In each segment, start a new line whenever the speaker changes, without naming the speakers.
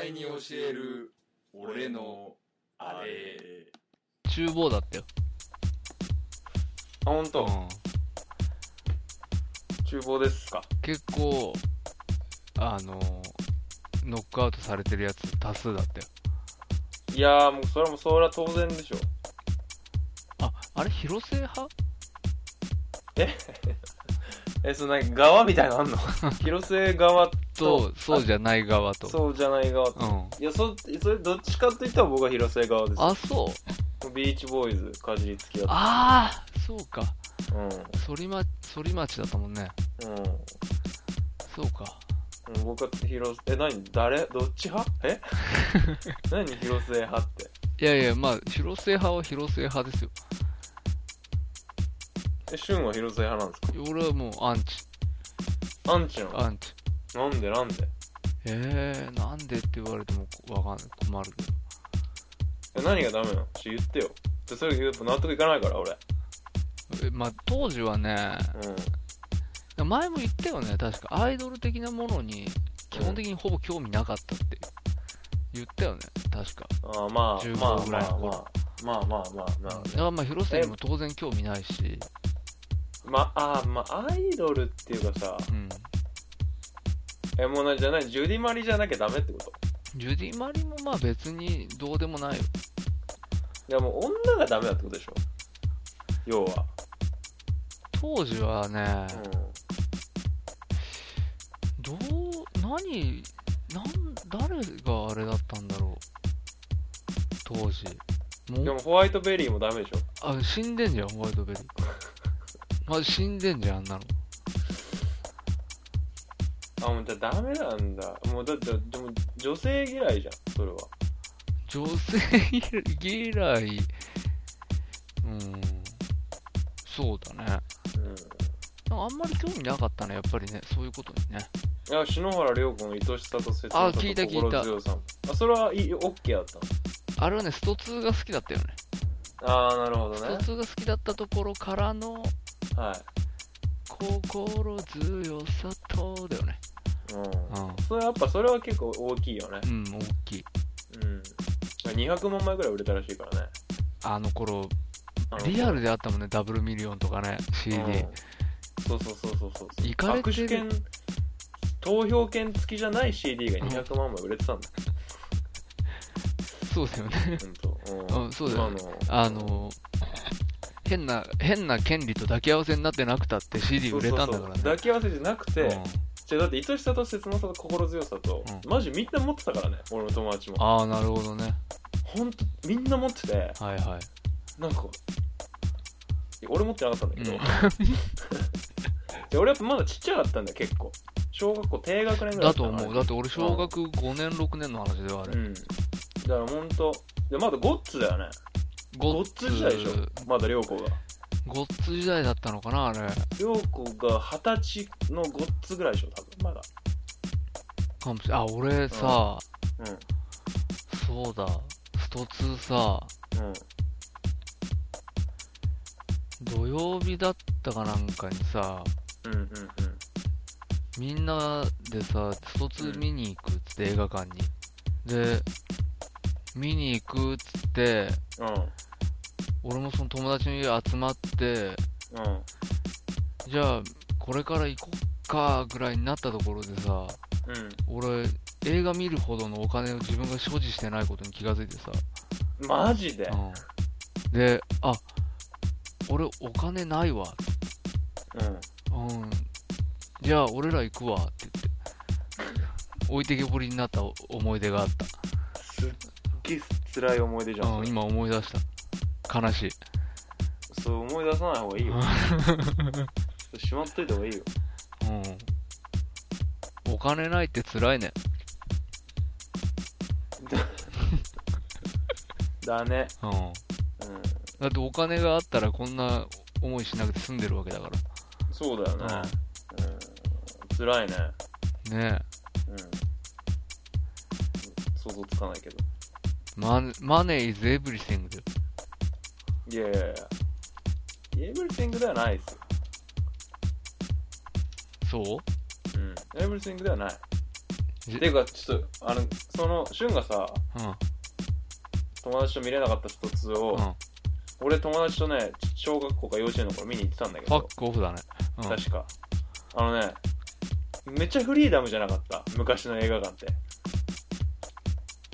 える俺のあれ
厨房だったよ。
あ本当、
う
厨房ですか
ん。結構、あのー、ノックアウトされてるやつ多数だったよ。
いやーもうそれはもうそれは当然でしょ
あ、あれ広瀬派
えそのなんか側みたいなのあんの 広末側と
と、そうじゃない側と。
そうじゃない側
う。ん。
いやそそれどっちかといったら僕は広末側です
あ、そう。
ビーチボーイズかじりつきだっ
ああ、そうか。
たうん
反町、反町だったもんね。
うん
そうか。
うん僕は広末え何誰どっち派 え何広末派って
いやいや、まあ、広末派は広末派ですよ。
え俊は広末派なんです
俺はもうアンチ、
かアンチなの
アンチ。
なんでなんで
えー、なんでって言われてもわかんない。困るけど。
え何がダメなのちょ言ってよでそれやっぱ納得いかないから俺
えまあ、当時はね、
うん
前も言ったよね、確か。アイドル的なものに、基本的にほぼ興味なかったって言ったよね、確か。
ああまあ
15
まあ
ぐ
ま
らい
あ
の
まあまあまあまあまあ
だからまあ、広瀬にも当然興味ないし、
まああーまあアイドルっていうかさ
うん。
えもうなじゃないジュディマリじゃなきゃダメってこと
ジュディ・マリもまあ別にどうでもないよ。
いやもう女がダメだってことでしょ要は
当時はね、
う
どう、何、なん、誰があれだったんだろう。当時。
んで
もう、
もホワイトベリーもダメでしょ
あ、死んでんじゃん、ホワイト ベリー。まあ、死んでんじゃん、あんなの。
あもうじゃあダメなんだもうだってでも女性嫌いじゃんそれは
女性嫌い、うん、そうだね。
うん
なんかあんまり興味なかったね、やっぱりね、そういうことにね。
いや篠原涼子の愛しさと切な
あ
さと
聞いた聞い
心
た
強さもあそれはいいオッケーだったの
あれはね、スト2が好きだったよね。
ああなるほど
ス
ね
ト2が好きだったところからの、
は
心強さと、だよね。
いうん
う
それやっぱそれは結構大きいよね
ん。うん、大きい。
うん200万枚ぐらい売れたらしいからね
あの頃、
あの
リアルであったもんね、ダブルミリオンとかね、
う
CD。
んそうそうそうそうそう
行かれてる
握手券投票券付きじゃない CD が200万枚売れてた んだ
そうですよね。
本当うん
うんそうだよね
今
あの、変な、変な権利と抱き合わせになってなくたって CD 売れたんだからね。
そうそうそう抱き合わせじゃなくて、
うん
じゃあだって愛しさと切なさと心強さと、
う
マジみんな持ってたからね俺の友達も
ああ、なるほどね。
ほんとみんな持ってて
はいはい。
なんかいや俺持ってなかったんだけど、
うん
いや俺やっぱまだちっちゃかったんだよ結構小学校低学年ぐら
だと
いった
思
か
う。
な
だって俺、小学5年、6年の話ではあ
う
れ。
んだからほんとでまだゴッツだよね
ゴ
ゴッツ時代でしょまだ涼子が
ゴッツ時代だったのかな、あれ。
涼子が二十歳のゴッツぐらいでしょ多分まだ
かもしれあ、俺さ、
う
そうだ、スト2さ、
んうん
土曜日だったかなんかにさ、
うんうんうん
みんなでさ、スト2見に行くっつって映画館に。で、見に行くっつって、
う
俺もその友達の家集まって、
んうん
じゃあ、これから行こっか、ぐらいになったところでさ、
う
俺、映画見るほどのお金を自分が所持してないことに気がついてさ、
んマジで
うん、で、あ、俺お金ないわ、
うん
うん、じゃあ俺ら行くわって言って、置いてけぼりになった思い出があっ
すっげえ辛い思い出じゃ
た。
ん、
う
そ
ん、
れ
今思い出した。悲しい。
そう思い出さない方がいいよしまっといた方がいいよ
うん。お金ないって辛いね。
だね
うん。
うん
だってお金があったらこんな思いしなくて済んでるわけだか
そうだよねうん辛いね
ら。ねえ。
うん想像つかないけど
マネマネー is everything だよ。
いやいやいやエブリティングではないですよ
そう
うんエブリティングではない
じ
ていうか、ちょっと、あの、その、シュンがさ、
うん。
友達と見れなかった卒
う
を、
ん。
俺友達とね、小学校か幼稚園の頃見に行ってたんだけ
ファ
ど
ッ、クオフだね。うん。
確か。あのね、めっちゃフリーダムじゃなかった。昔の映画館って。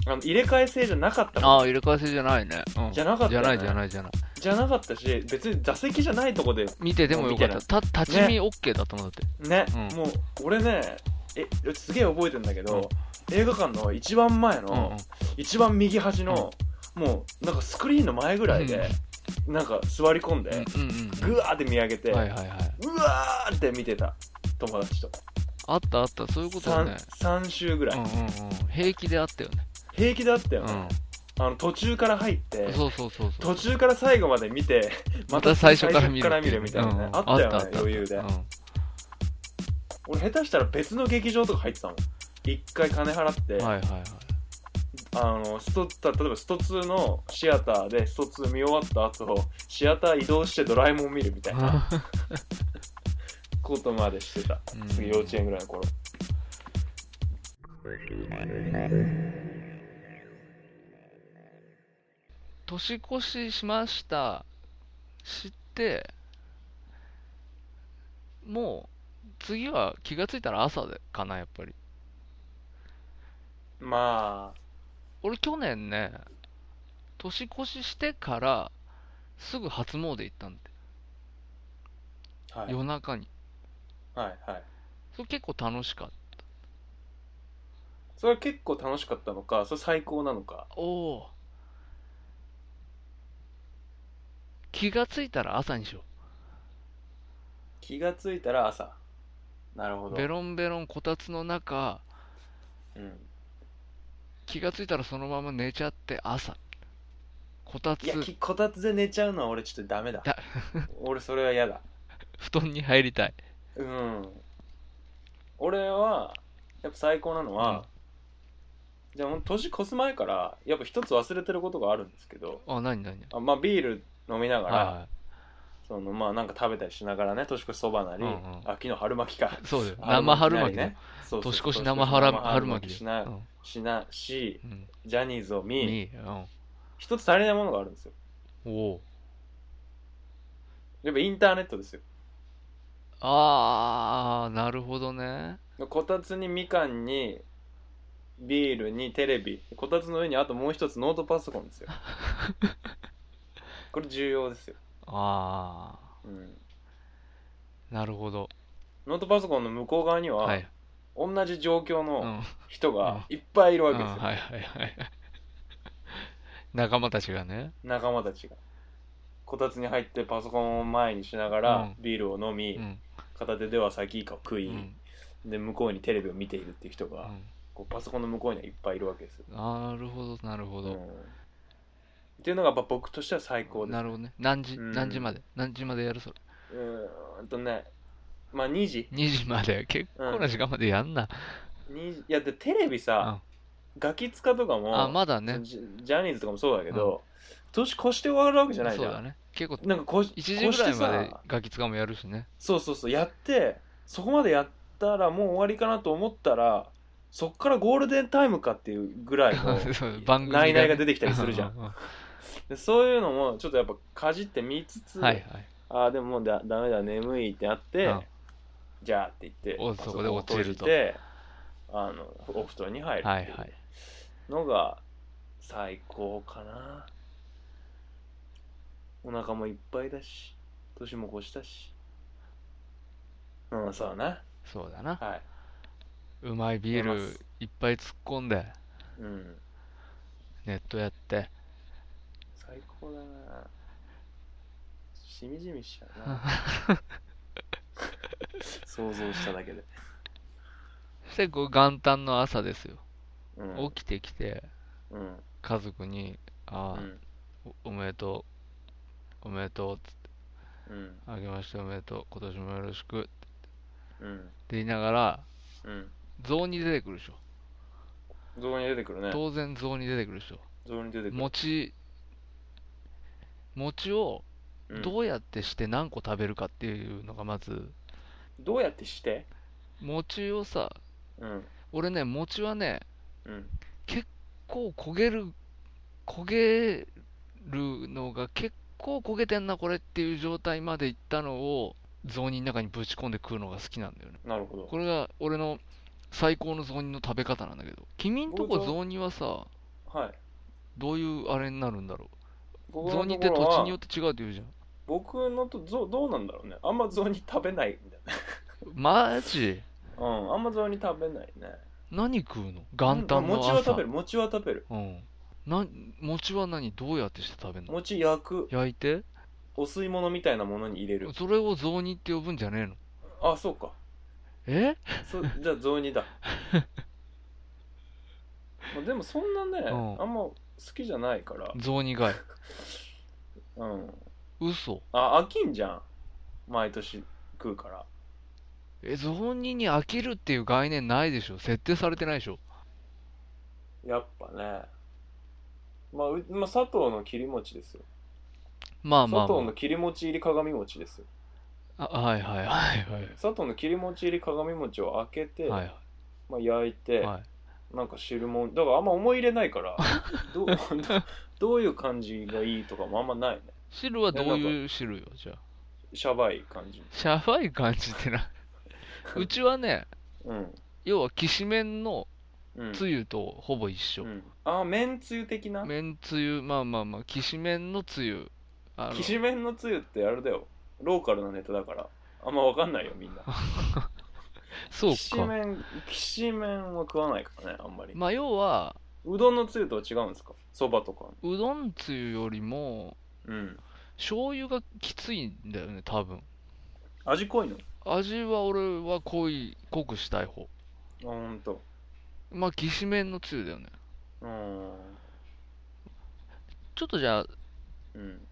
あの、入れ替え制じゃなかったの
ああ、入れ替え制じゃないね。うん。
じゃなかった
じ
よ
ゃ
ね
ないじゃないじゃない。
じゃなかったし、別に座席じゃないとこで、
見ててもよか
もう見
った。た、立ち見 OK だったもんだって。
ね、
うん
もう、俺ね、え、すげえ覚えてんだけど、映画館の一番前の、
うんうん。
一番右端の、もうなんかスクリーンの前ぐらいで、なんか座り込んで、
うんうん
ぐわーって見上げて、
うん。はいはいはい。
うわーって見てた友達と、
あったあった、そういうことだね
三。3週ぐら
う
い、
んうんうん。平気であったよね。
平気だったよ
う
ね
ん、。
あの途中から入って
そうそうそうそう。
途中から最後まで見て
また最初から見る
最初
ってう
みたいなね、
うん
あったよ
あった
ね
あった
余裕で、
うん
俺下手したら別の劇場とか入ってたもん一回金払って、
はいはいはい。
あのストた例えばスト2のシアターでスト2見終わった後シアター移動してドラえもん見るみたいなことまでしてた
うん
次幼稚園ぐらいの頃
年越ししました知ってもう次は気がついたら朝でかなやっぱり
ま
俺去年ね年越ししてからすぐ初詣行ったんで、
あはいは
夜中に
いはい
それ結構楽しかっ
それは結構楽しかったのかそれ最高なのか
たおおー気がついたら朝にしよ
気がついたら朝なるほ
う
ど
ベロンベロンこたつの中
うん、
気がついたらそのまま寝ちゃって朝こたつ
いやきこたつで寝ちゃうのは俺ちょっとダメだ
だ
俺それは嫌だ
布団に入りたい
うん俺はやっぱ最高なのは、じゃあほんと年越す前からやっぱ一つ忘れてることがあるんですけど
あ何何
あまあビール飲みながら、
は
そのまあなんか食べたりしながらね年越しそばなり、
うんうん
あ昨日春巻きか
いそうだよ
春
生
巻き
春巻
なり
きだよ
ねそうそう
年
そう
越し生春春巻き
し
だ
な
よ
しなし
うんうん
ジャニーズを見
いいうん
一つ足りないものがあるんですよ
おお
やっぱインターネットですよ
ああなるほどね
こたつにみかんにビールにテレビこたつの上にあともう一つノートパソコ ンですよこれ重要ですよ、
あ
うん、
あなるほど
ノートパソコンの向こう側には、
はい
同じ状
う
況
ん
の人が
う
いっぱいいる
う
わ
ん
けですよ、
はいはいはい 仲間たちがね
仲間たちがこたつに入ってパソコンを前にしながら
う
ビールを飲み、
うん
片手ではサキイカを食
う
い、
ん
で向こうにテレビを見ているっていう人が、
う
こうパソコンの向こうにはいっぱいいるわけですよ、
んなるほどなるほ
うん
ど
っていうのがやっぱ僕としては最高です
なるほどね何時
うん
何時まで何時までやるそれ
うーんとねまあ2時
2時まで結構な時間までやんな
2時いやでテレビさ、ガキ使とかも
あまだ
そ
ね
のジジャニーズとかもそうだけど、年越して終わるわけじゃないじ
そう
ゃん
だね結構
なんかこう
1時ぐらいま
越
で
してさ
ガキ使もやるしね
そうそうそうやってそこまでやったらもう終わりかなと思ったらそっからゴールデンタイムかっていうぐらい
そう
の
番組が
ナ
ね
イナイが出てきたりするじゃ
うんううん
でそういうのもちょっとやっぱかじって見つつ、
はいはい
ああでももうだダメだ眠いってなって、
うん
じゃあって言って
お
パ
そ
ソコ
こで
ンを
落ちると
閉じてあのお布団に入る
は
っ
い
てい
はいう
のが最高かなお腹もいっぱいだし年も越したしうんそうだな
そうだな
は
うまいビー
ありま
ル
す
いっぱい突っ込んで
いうん
ネットやって
最高だなしみじみしちゃう な想像しただけで、
そしてこう元旦の朝ですよ
うん、
起きてきて
うん
家族に「
う
ああ
ん
おおめでとうおめでとうつって
うん」
あげましておめでとう今年もよろしく」って
うん
言いながら
うん
雑煮出てくるでしょ
像に出てくるね
当然雑煮出てくるでしょ
像に出てくる
餅餅を
うん
どうやってして何個食べるかっていうのがまず
どうやってして
餅をさ
うん
俺ね、餅はね、
うん
こう焦げる、焦げるのが結構焦げてんな、これっていう状態までいったのを、雑煮の中にぶち込んで食うのが好きなんだよね。
なるほど
これが俺の最高の雑煮の食べ方なんだけど、君んとこ
僕雑
雑煮はさ、
はい
どういうあれになるんだろう。
僕
雑煮っ
の
て
と
土
ころ
地
は
によって違うって言うじゃん。
僕のとゾどうなんだろうねあんま雑煮食べないみたい
マジ
なうんあんま雑煮食べないね
何食うの元旦の
餅
朝。
は食べる餅は食べる
うん。な、餅は何どうやってして食べるの
餅焼く
焼いて
お吸い物みたいなものに入れる
それを雑煮って呼ぶんじゃねえの
あそうか
え
そじゃあ雑煮だ まあでもそんなね、
うん
あんま好きじゃないから
雑煮がい。
うん
嘘。
あ飽きんじゃん毎年食うから
え、雑煮に飽きるっていう概念ないでしょ設定されてないでしょ
やっぱねまあ、うまあ、佐藤の切り餅ですよ、
まあまあ、
佐藤
ま
の切り餅入り鏡餅ですよ
あ。あはいはいはいはい。
佐藤の切り餅入り鏡餅を開けて、
はい
まあ、焼いて、
はい。
なんか汁もんだからあんま思い入れないからどう どどういう感じがいいとかもあんまないね
汁はどういう汁よじゃあ。
シャバい感じ
シャバい感じって な。うちはね、
うん
要はきしめんの
うん
つゆとほぼ一緒
う。ん、ああ麺つゆ的な
めんつゆ、まあまあまあ、きしめんのつゆ。あの
きしめんのつゆってあれだよローカルなネタだからあんまわかんないよみんな
そう
きし
か。
めんきしめんは食わないからねあんまり、
まあ要は、
うどんのつゆとは違うんですかそばとか
うどんつゆよりも、
うん
醤油がきついんだよね、多分。
味濃いの
味は俺は濃い、濃くしたい方。
あほんと
まあ、きしめんのつゆだよね。
うーん
ちょっとじゃあ、
うん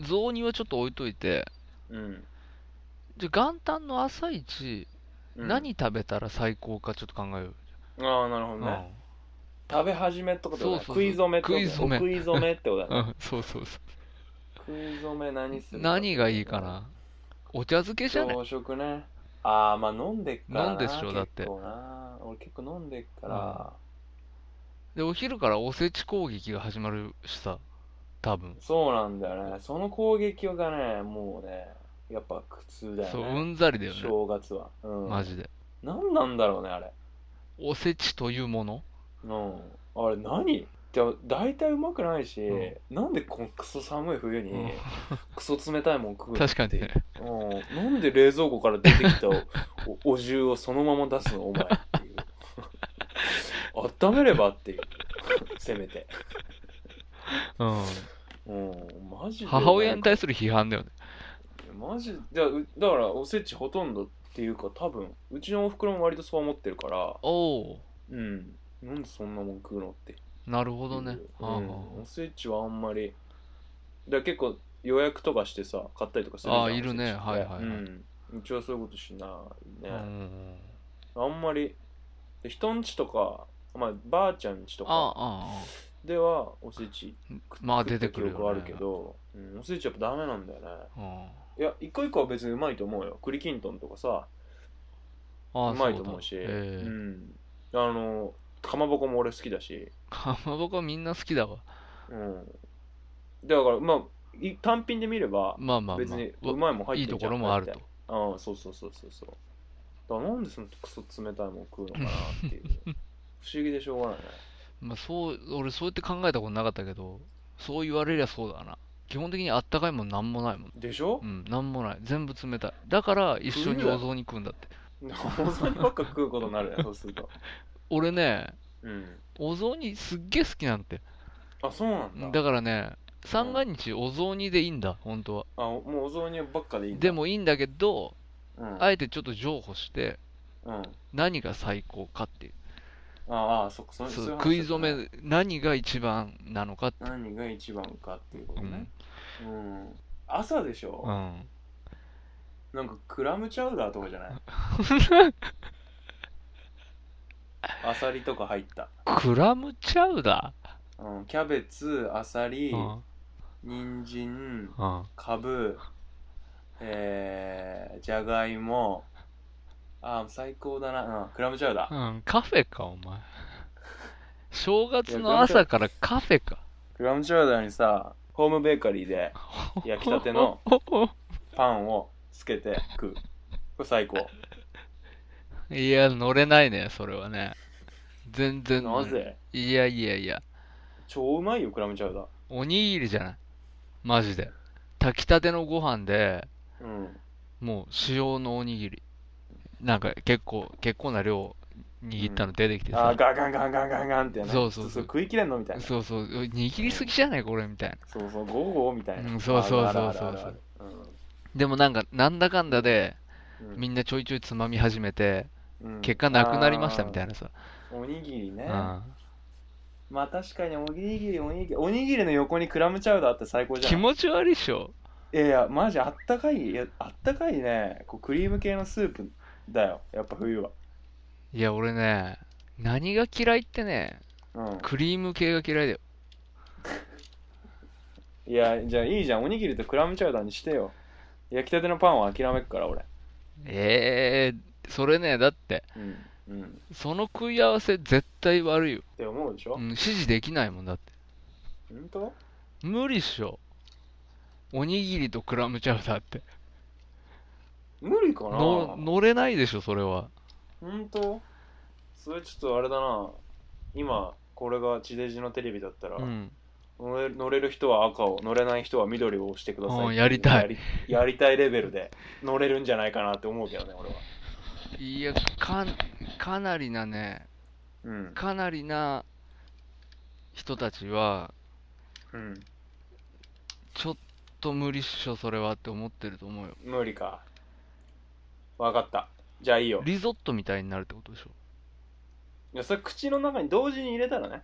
雑煮はちょっと置いといて、
うん、
じゃあ元旦の朝一、
うん、
何食べたら最高かちょっと考えよ
ああなるほ
う。
どね、食べ始めってことだね
そうそうそう
食い初めってことだ
食い
ね
初め
お食い初めってこと
うん、う
だね
んそうそうそ
食い初め何す
う。
る
何がいいかなお茶漬けじゃね
朝食ねああまあ飲んでっからな
飲んでっしょだって
結構な俺結構飲んでっから、
で、お昼からおせち攻撃が始まるしさ、多分。
そうなんだよねその攻撃がねもうねやっぱ苦痛だよね
そう、うんざりだよね。
正月は、うん、
マジで。
何なんだろうねあれ
おせちというもの
うんあれ何じゃあ大体うまくないし、
う
なんでこのクソ寒い冬に、
うん
クソ冷たいもん食うって
確か にね。
うん、なんで冷蔵庫から出てきたおおお重をそのまま出すのお前って いう温めればっていうせめて、
うん。
うん、マジで
母親に対する批判だよね。
マジだうだからおせちほとんどっていうか多分うちのおふくろも割とそう思ってるから
おお、
うんなんでそんなもん食うのって
なるほどね。
うん
はあ
おせちはあんまりだから結構予約とかしてさ買ったりとかするじゃん
あーいるね
おせちって
はいはいはい
うん、うちはそういうことしないね、
はあうん
あんまりで人んちとか、まあ、ばあちゃんちと
あ
か
あ、あ
ではおせち
あ、まあ
食
出
った
てくる
記憶は
よ
あ
ね
るけ。ど、うん、おせちやっぱダメなんだよね
うん
いや一個一個は別にうまいと思うよ栗きんとんとかさ
ああ、
うまい
そ
と
だ
思うし
ええ
うん、あのかまぼこも俺好きだし、
かまぼこみんな好きだわ。
うん、だからまあい単品で見れば
まあまあ
別
ま
に
あ
う。まいもん
わい
入っ
い
て
と
んじゃ
こ
ん
ろもある
だ
と
って。うん、そうそうそうそうそうだからなんでそのクソ冷たいもん食うのかなっていう 不思議でしょうがないね
まあそう、俺そうやって考えたことなかったけど、そう言われりゃそうだな。基本的にあったかいもんなんもないもん。
でしょ
うん、なんもない。全部冷たい。だから一緒にお雑煮食うんだって。
お雑煮ばっか食うことになるね、そうすると。
俺ね、
うん。
お雑煮すっげえ好きなんだって。
あ、そうなんだ。
だからね、三が日お雑煮でいいんだ、本当は。
あ、もうお雑煮ばっかでいいんだ
で、もいいんだけど、
うん。
あえてちょっと譲歩して、
うん。あ
何が最高かっていう。
あ、そっか、そ
そう
ういう話だ
食い初め、何が一番なのかって。
何が一番かっていうことね。うん。朝でし
う
ょ
ん。
なんかクラムチャウダーとかじゃない アサリとか入った。
クラムチャウダ
うん。キャベツ、アサリ
ー、うん。
人参、
うん。
かぶ、えー、じゃがいも、ああ、最高だな。うん、クラムチャウダー。
うん、カフェか、お前。正月の朝からカフェか。
クラムチャウダーにさ、ホームベーカリーで焼きた てのパンをつけて食う。これ最高。
いや、乗れないね、それはね。全然乗
な
れい。
ぜ
いやいやいや、
超うまいよ、クラムチャウダー。
おにぎりじゃない。マジで。炊きたてのご飯で、
うん。
もう塩のおにぎり。なんか結構、結構な量握ったの出てきて
あ
さ。
あ、ガンガンガンガンガンガンってやな。
そうそうそう
食いきれんのみたいな。
そうそう、握りすぎじゃないこれみたいな。
そうそう、ゴーゴーみたいな。
うんそうそうそうそうそう
あるあるあるある
でもなんか、なんだかんだで、
うん
みんなちょいちょいつまみ始めて、
うん
結果なくなりましたみた
あ
いなさ。
ーおにぎりね、
うん
まあ確かにおにぎりおにぎりおにぎりの横にクラムチャウダーって最高じゃ
気
ん
持ち悪いっしょ。
いやいやマジあったかいいやあったかいねこうクリーム系のスープだよやっぱ冬はい
や、俺ね、何が嫌いってね、
うん
クリーム系が嫌いだよ。
いやじゃあいいじゃんおにぎりとクラムチャウダーにしてよ焼きたてのパンは諦めっから俺
ええそれね、だって、
うんうんっ
その食い合わせ絶対悪いよ。
て思うでし
う
ょ、
ん、指示できないもんだって。
本当
無理っしょ。おにぎりとクラムチャウダーって。
無理かな
の乗れないでしょ、それは。
本当それちょっとあれだな今これが地デジのテレビだったら、
うん。
乗れ乗れる人は赤を乗れない人は緑を押してくださ
うん
い
やりたい
やりやりたいレベルで乗れるんじゃないかなって思うけどね俺はい
や、か、かなりなね、
うん
かなりな人たちは、
うん
ちょっと無理っしょ、それはって思ってると思うよ。
無理かわかったじゃあいいよ
リゾットみたいになるってことでしょ。
いやそれ口の中に同時に入れたらね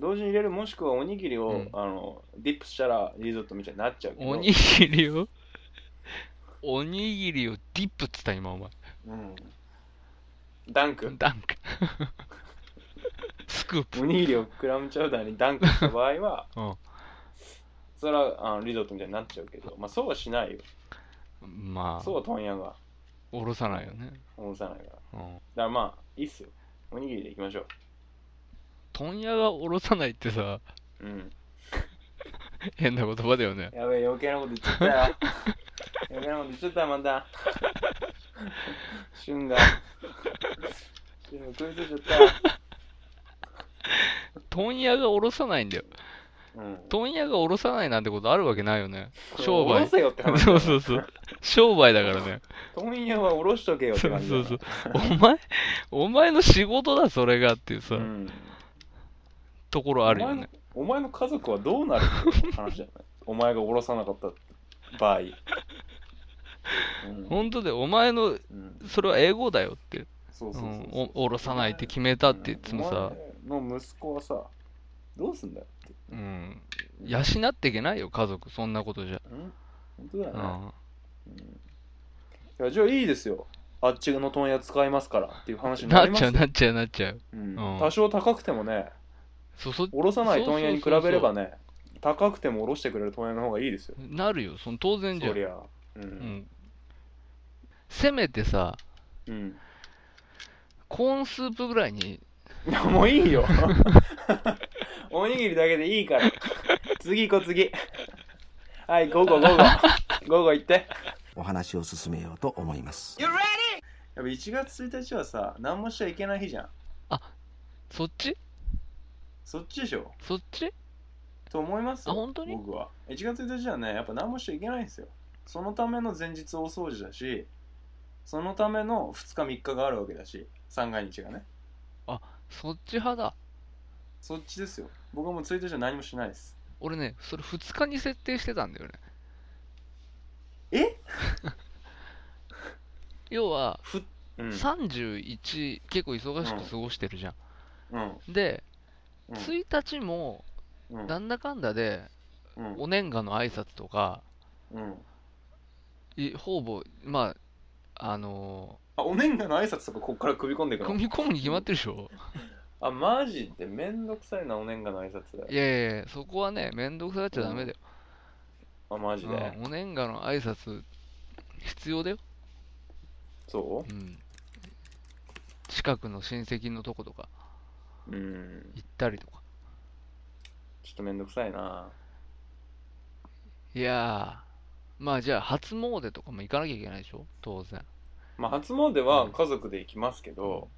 同時に入れるもしくはおにぎりを、
うん
あのディップしたらリゾットみたいになっちゃうけど
おにぎりをおにぎりをディップっつった今お前
うんダンク
ダンクスクープ
おにぎりをクラムチャウダーにダンクした場合は
うん
それはあのリゾットみたいになっちゃうけどまあそうはしないよ
ま
そう
あ
は問屋が
おろさないよね
戻さないからだか
うん
らまあいいっすよおにぎりでいきましょう
問屋がおろさないってさ
うん
変な言葉だよね
やべえ余計なこと言っちゃったよ 余計なこと言っちゃったよまた旬が旬が食いついちゃったよ
問屋がおろさないんだよ
うん
問屋がおろさないなんてことあるわけないよね商
おろ
売
せよって 話だ
そ
よ
うそうそう商売だからね
問屋はおろしとけよって
そう
感じだ
そ
よ
うそうお前お前の仕事だそれがっていうさ、
うん
ところあるよね
お前のお前の家族はどうなるって話じゃないお前がおろさなかった場合、うん
本当でお前の
うん
それは英語だよって
そう
う
そうそうそ
ん
う、
おおろさないって決めたっていつもさ、
お前の息子はさどうすんだよって
うん、養っていけないよ、家族、そんなことじゃ。
うん本当だよ
うん、
ね、いやじゃあいいですよあっちの問屋使いますからっていう話にな
なっ
ります
ちゃ
よ
う、なっちゃう、なっちゃう。
うん
うん
多少高くてもね
そそ
おろさない問屋に比べればね高くてもおろしてくれる問屋の方がいいですよ
なるよ、その当然じゃ
そ
ん。
りゃう
うんん、せめてさ、
うん
コーンスープぐらいに、
いやもういいよ おにぎりだけでいいから 次行こう次はい午後午後午後行って
お話を進めようと思います。
やっぱ1月1日はさ何もしちゃいけない日じゃん
そっち
そっちでしょ
そっち
と思いますよ
あ本当に
僕は1月1日はねやっぱ何もしちゃいけないんですよそのための前日大掃除だしそのための2日3日があるわけだし三が日がね
そっち派だ。
そっちですよ僕はもう1日は何もしないです
俺ね、それ2日に設定してたんだよね。
え
要は、
ふうん
31、結構忙しく過ごしてるじゃん。
うん
で、
うん
1日も、
うん
なんだかんだで、
うん
お年賀の挨拶とか、
うん
いほぼ、まあ、あの
あお年賀の挨拶とかこっから組み込んでい
ー、
くの
組み込むに決まってるでしょ。
あマジでめんどくさいなお年賀の挨拶
いやいやいや、そこはね、めんどくさがっちゃダメだよ。
あマジで、
うんお年賀の挨拶、必要だよ。
そう
うん。近くの親戚のとことか
うん
行ったりとか。
ちょっとめんどくさいない
やー、まあじゃあ初詣とかも行かなきゃいけないでしょ当然。
まあ初詣は家族で行きますけど、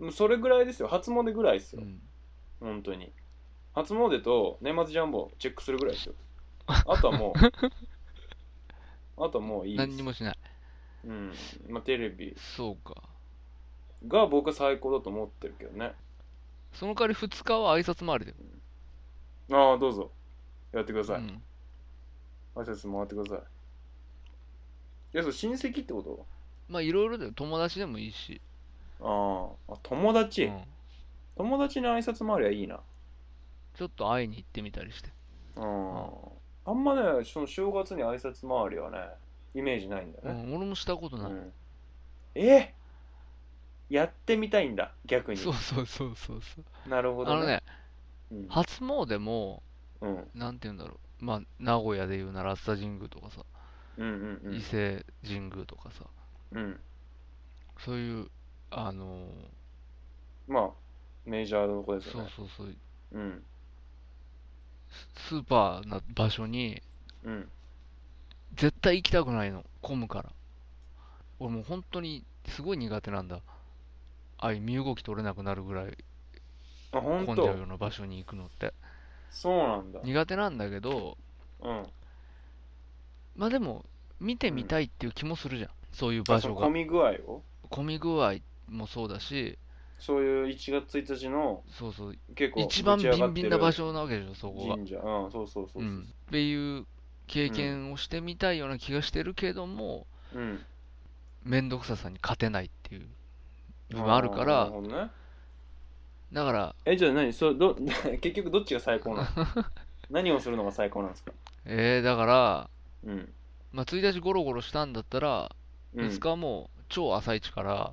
もうそれぐらいですよ初詣ぐらいです
う
よ、
ん。
本当に初詣と年末ジャンボチェックするぐら いですよあとはもうあとはもういいです
何にもしない。
うんまあ、テレビ
そうか。
が僕は最高だと思ってるけどね
その代わり2日は挨拶回りで。
ああどうぞやってください、
うん。
挨拶回ってくださいいやそう親戚ってこ
まあいろいろだよ。友達でもいいし。
とあーあ友達、
うん
友達に挨拶回りはいいな
ちょっと会いに行ってみたりして。
うんあんまねその正月に挨拶回りはねイメージないんだ
う
よね、
ん、俺もしたこと
うん
ない。
えやってみたいんだ逆に
そうそうそうそうそう。
なるほ
あ
ど
の
ね
ね、
うん
初詣も、
うん
なんて言うんだろう。まあ、名古屋でいうなら熱田神宮とかさ、
うんうん
伊勢神宮とかさ、
うんうん
そういう、あの
まあメジャーの子で
ー、
す
そ
よ
う
ね
そうそう、
うん
スーパーな場所に、
うん
絶対行きたくないの、混むから。俺もう本当に、すごい苦手なんだ。ああいう身動き取れなくなるぐらい
あ本
混んじゃうよ
当
うな場所に行くのって。
そうなんだ
苦手なんだけど、
うん
まあでも、見てみたいっていう気もするじゃん。そういう場所
その
が
混。み具合を
混み具合もそうだし、
そういう1月1日の
そうそう、
結構
一番ビンビンな場
所
所なわけでしょ、そこが。。
神社うんそうそうそうそううん
っていう経験をしてみたいような気がしてるけども、
うん
面倒くささに勝てないっていうのがあるか
ーな
ら
る、ほどね
だから、
えじゃあ何それど結局どっちが最高なの 何をするのが最高なんですか
えー、だから、
うん
まあ、1日ゴロゴロしたんだったら、
うん
2日はもう超朝一から、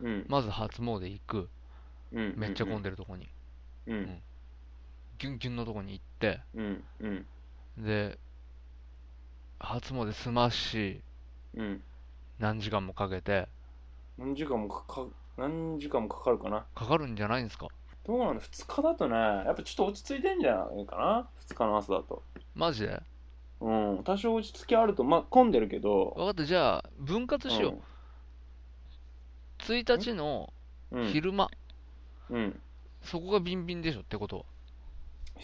うん
まず初詣行く、
うん
めっちゃ混ん
で
でるとこに、
うん
ギュンギュンのとこに行って、
うんうん
で、初詣済ますし、
うん
何時間もかけて、
何時間もかか何時間もかかるかな
かかるんじゃないんですか
どうなんだ2日だとねやっぱちょっと落ち着いてんじゃないかな2日の朝だと
マジで
うん多少落ち着きあるとまあ混んでるけど
分かった、じゃあ、分割しよう。1日の
うんうん
昼間、
うん
そこがビンビンでしょってことは。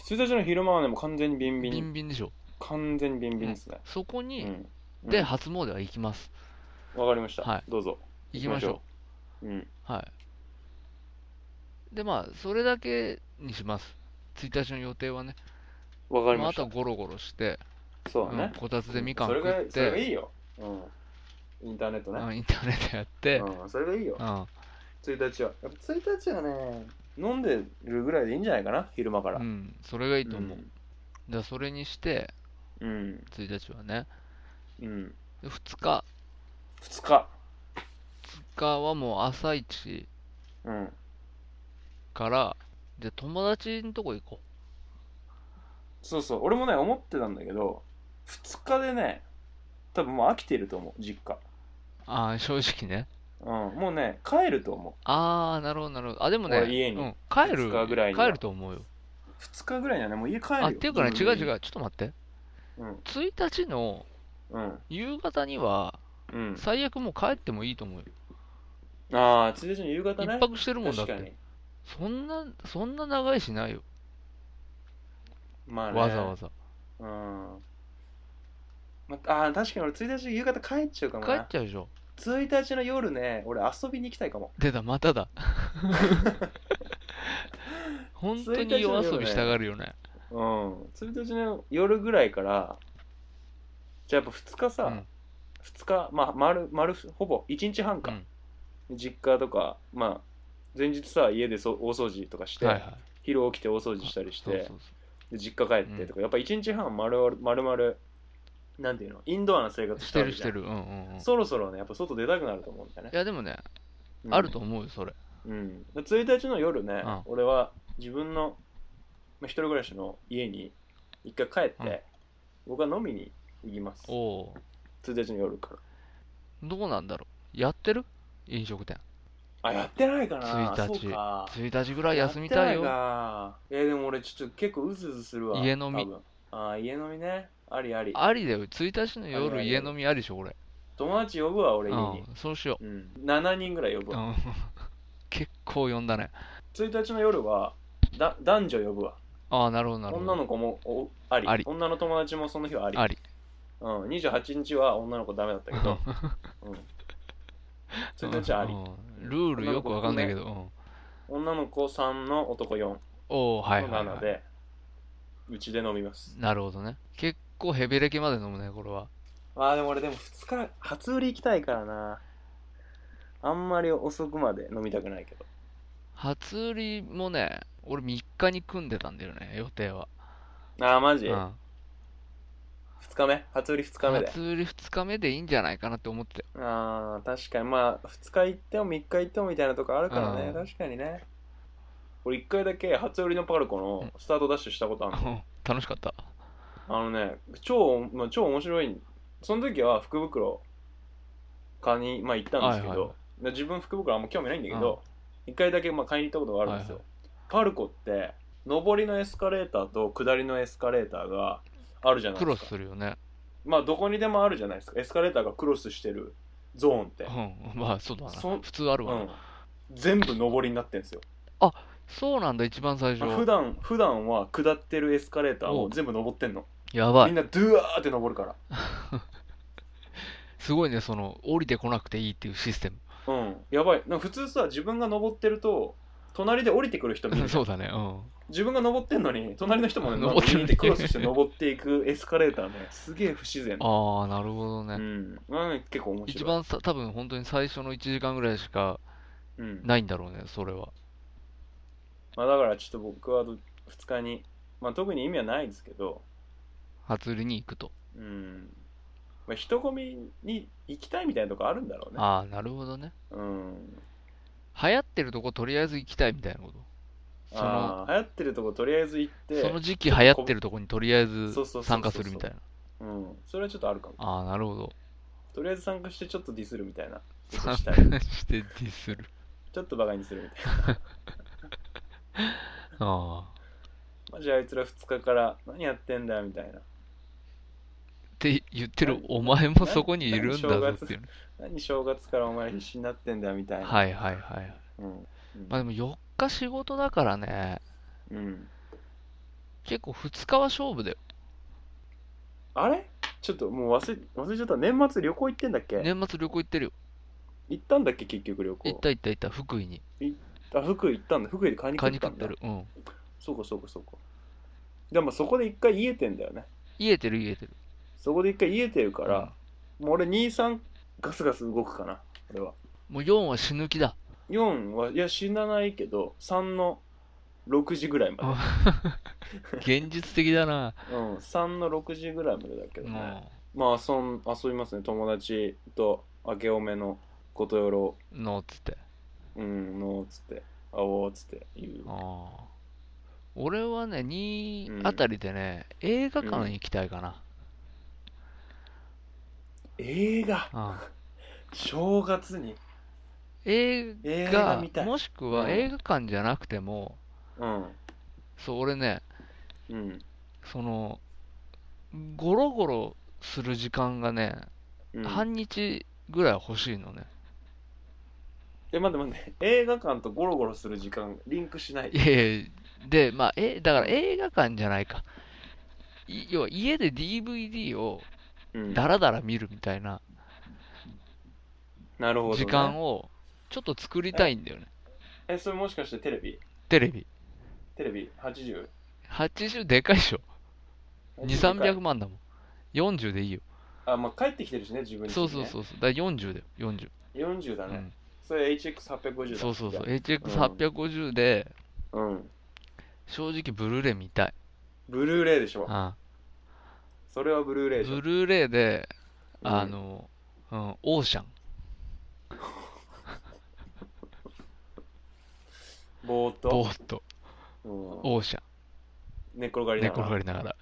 1日の昼間はねもう完全にビンビン
ビンビンでしょ。
完全にビンビンですね、
そこ
う
に、
んうん
で、初詣は行きます。
わかりました、
はい
どうぞ
行きましょ
うん
う。はい。で、まあ、それだけにします。1日の予定はね。
わかりまし
あ、
た
あとはゴロゴロして、
そうだ
うん
ね、
こたつでみかん
そ
食
れが
っ
それが
て、
いいよ、うん、インターネットね、
うんインターネットやって、
うん、それがいいよ
うん
1日はやっぱ1日はね飲んでるぐらいでいいんじゃないかな昼間から
うん、それがいいと思う。
ん
じゃあ、それにして、
うん、
1日はね。
うん、
で2日、
2日
2日はもう朝一
うん
から、で、友達のとこ行こ
そうそう俺もね思ってたんだけど2日でね多分もう飽きてると思う実家
う。ああ、正直ね。
うんもうね帰ると思
ああ、なるほど、なるほど。あ、でもね、
俺家に
うん、帰る、
二日ぐらいには
帰ると思うよ。
う2日ぐらいにはねもう家帰るよ
あ、っていうかね、違う違
う
う、ちょっと待って。
うん
1日の
うん
夕方には、
うん
最悪もう帰ってもいいと思うよ。
ああ1日の夕方
一
ね
泊してるもんだっ
確か
て。
に
そんな、そんな長いしないよ。
まあね
わざわざ。
うんまああー確かに俺1日夕方帰っちゃうかも
帰っ
な
ちゃうでしょ。
1日の夜ね俺遊びに行きたいかも
出た、また だ。 本当に夜遊びしたがるよね。
うん1日の夜ぐらいからじゃあやっぱ2日
う
さ、
ん。
2日まあ丸丸ほぼ1日半か、実家とかまあ前日さ家でそ大掃除とかして、
はいはい。
昼起きて大掃除したりして
そうそう
で実家帰ってとか、やっぱ1日半丸々丸々なんていうのインドアな生
そう。
活し
してて
る
る
じ
し
ゃん
てる。うんうんうん。い
そろそろねやっぱ外出たくなると思うんだよね、
や、でもね、
うん
あると思うよ、それ。
うん、で1日の夜ね、
うん
俺は自分の、まあ、一人暮らしの家に一回帰って、僕は飲みに行きます
おおー。
1日の夜から
どうなんだろうやってる飲食店。
あ、やってないかな。
1
そうか。
1日ぐらい休みたいよ。
よ。えーでも俺ちょっと結構うずうずするわ。
家飲み
多分。あー家飲みね。ありあり。
ありだよ。1日の
あ
夜
りあ
家
り
飲みありでしょ、俺。
友達呼ぶわ、
う
俺家に
ん。、そうしよ
うん。7人ぐらい呼ぶ
う。う
わ。
ん 結構呼んだね。
1日の夜は、だ男女呼ぶわ。
ああ、なるほど、なるほど。
女の子もおあり
あり
女の友達もその日はあり。
あり。
うん。28日は女の子ダメだったけど。うん。1日はあり
う。んルールよくわかんないけど。うん
女の子3の男4
おお、はい
の
はい、
7
はい。
で、うちで飲みます。
なるほどね。結構ヘベレキまで飲むね、これは。
ああ、でも俺でも2日、初売り行きたいからな。あんまり遅くまで飲みたくないけど。
初売りもね、俺3日に組んでたんだよね、予定は。
ああ、マジ、
う
二
ん。
?2 日目初売り2日目で。
初売り2日目でいいんじゃないかなって思ってたよ。
ああ、確かに。まあ、2日行っても3日行ってもみたいなとこあるからね。
うん
確かにね。俺1回だけ初売りのパルコのスタートダッシュしたことあるの。
楽しかった。
あのね、超、まあ、超面白い。その時は福袋買いに、まあ、行ったんですけど、
はいはいは
で自分福袋あんま興味ないんだけど、一回だけまあ買いに行ったことがあるんですよ。
は
パルコって、上りのエスカレーターと下りのエスカレーターがあるじゃない
ク
で
ロ
す
ス
か。
するよね。
まあ、どこにでもあるじゃないですか。エスカレーターがクロスしてるゾーンって
う。ん。まあ、そうだな。
そ
普通ある
う
わな、
ん。全部上りになってるんですよ。
そうなんだ、一番最初。
普段、普段は下ってるエスカレーターを全部上ってんの。
やば
みん
い。
なドゥワーって上るから。
すごいね、その、降りてこなくていいっていうシステム。
うん、やばい。なんか普通さ、自分が登ってると、隣で降りてくる人見るじ ゃ
そ
ん
うだね、うん。
自分が登ってんのに、隣の人も ね、
登ってる
見に行ってクロスして登っていくエスカレーターね、すげえ不自然。
ああ、なるほど
う
ね。
ん。まあね結構面白い。
一番さ、多分本当に最初の1時間ぐらいしか
うん。
ないんだろうね、それは。
まあだからちょっと僕は2日に、まあ特に意味はないですけど、
初売りに行くと。
うん。まあ人混みに行きたいみたいなとこあるんだろうね。
ああ、なるほどね。
うん。
流行ってるとことりあえず行きたいみたいなこと。その、
ああ、流行ってるとことりあえず行って、
その時期流行ってるとこにとりあえず
そうそうそうそう
参加するみたいな。
うん。それはちょっとあるかも。
ああ、なるほど。
とりあえず参加してちょっとディスるみた いな。ちょっ
参
とした
加
い
してディスる。
ちょっとバカにするみたいな。
あ あ。
マジあいつら2日から何やってんだよみたいな。
って言ってる
何
お前もそこにいるんだぞっていう。
何正月からお前必死になってんだよみたいな。
はいはいはい。
うん。
まあでも4日仕事だからね、
うん、
結構2日は勝負だよ。
あれちょっともう忘れ忘れちゃった。年末旅行行ってんだっけ、
年末旅行行ってるよ。
行ったんだっけ結局旅行。
行った行った行った、福井に。
あ、福井行ったんだ。福井で買いに
カ
行
ニ
った
食っ
ん
て
だ。
る。うん。
そうかそうかそうか。でもそこで一回言えてんだよね。
言えてる言えてる。
そこで一回言えてるから、もう俺2、3ガスガス動くかな。俺は。
もう4は死ぬ気だ。
4は、いや死なないけど、3の6時ぐらいま で。
現実的だな。
うん、3の6時ぐらいまでだけど
う
ね、
ん。
まあ遊ん遊びますね友達と明けおめのことよろ
のっつって。
うんのっつってあおうっつって言う
ああ。俺はね、
う
2
ん
あたりでね、映画館行きたいかな。
映画
うん
正月に
映
映画
画
見た、い
もしく
うん
は映画館じゃなくても、
うん
そう、俺ね、
うん
その、ゴロゴロする時間がね、
うん、
半日ぐらい欲しいのね。
え待って待って映画館とゴロゴロする時間リンクしない
いやいやで、まあ、え、だから映画館じゃないか。い要は家で DVD を
うん
ダラダラ見るみたいな
なるほど、ね、
時間
を
をちょっと作りたいんだよね。
えそれもしかしてテレビ
テレビ。
テレビ 80?
80でかいっしょ。2、300
万
万だもん。40でいいよ。
あまあ帰ってきてるしね自分自
そう
身、ね、
そうそうそう。だから40だよ、40。
40だ
う
ね、
ん。
それ HX850 だ
そうそうそう。
じ
HX850 で、
ゃあうん
正直ブルーレイ見たい。
ブルーレイでしょ
あ
それはブルーレイでしょ
ブルーレイで、
うん
あの、うん、オーシャン。
ぼーっ
ぼ
と、
ーっと、
うん、
オーシャン。
寝っ転がり
寝
な
転
が
が
ら
りながら、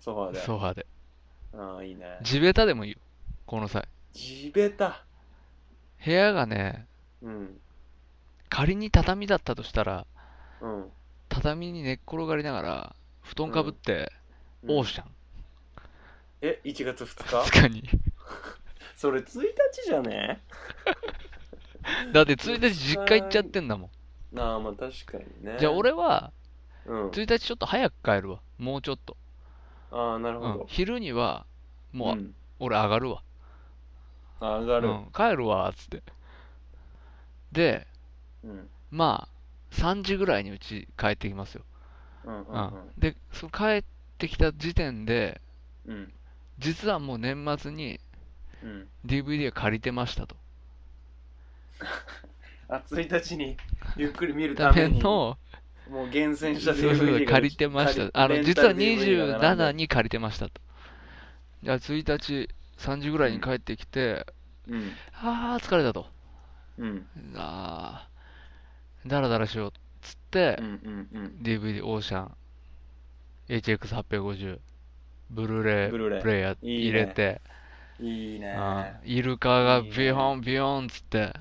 ソファーで
ソファーで。
ああいいね
地べたでもいいよ、この際。
地べた
部屋がね、
うん
仮に畳だったとしたら、
うん
畳に寝っ転がりながら、布団かぶって、
うん
オーシャン、
え1月2 日
2日に。
それ1日じゃね
だって1日実家行っちゃってんだも
なあまあ確かにね
ん。じゃあ俺は、
うん
1日ちょっと早く帰るわ。もうちょっと。
ああなる
う
ほ
ん
ど、
昼には、も
う
うん俺上がるわ。
あ上が
う
る
ん、帰るわ、つって。で、
うん
まあ、3時ぐらいにうち帰ってきますよ。
うんう
うんんで、その帰ってきた時点で、
うんうん
実はもう年末に
うん
DVD を借りてましたと。
あ1日にゆっくり見る
た
た
め
めに
の、
もう厳選した
そうそうそう
DVD が
借りてました。あの、
レン
実
タ
は
ル DVD
27
が並んで
に借りてましたと。じゃあ、1日、3時ぐらいに帰ってきて、
うん
あー、疲れたと。
うん
あー、だらだらしようっつって
う、んうんうん
DVD オーシャン HX850 ブルーレイ
ブルーレイ
プレイヤー
い
入
いね
れて
いいね
うんイルカが
いいね
ビヨンビヨンっつって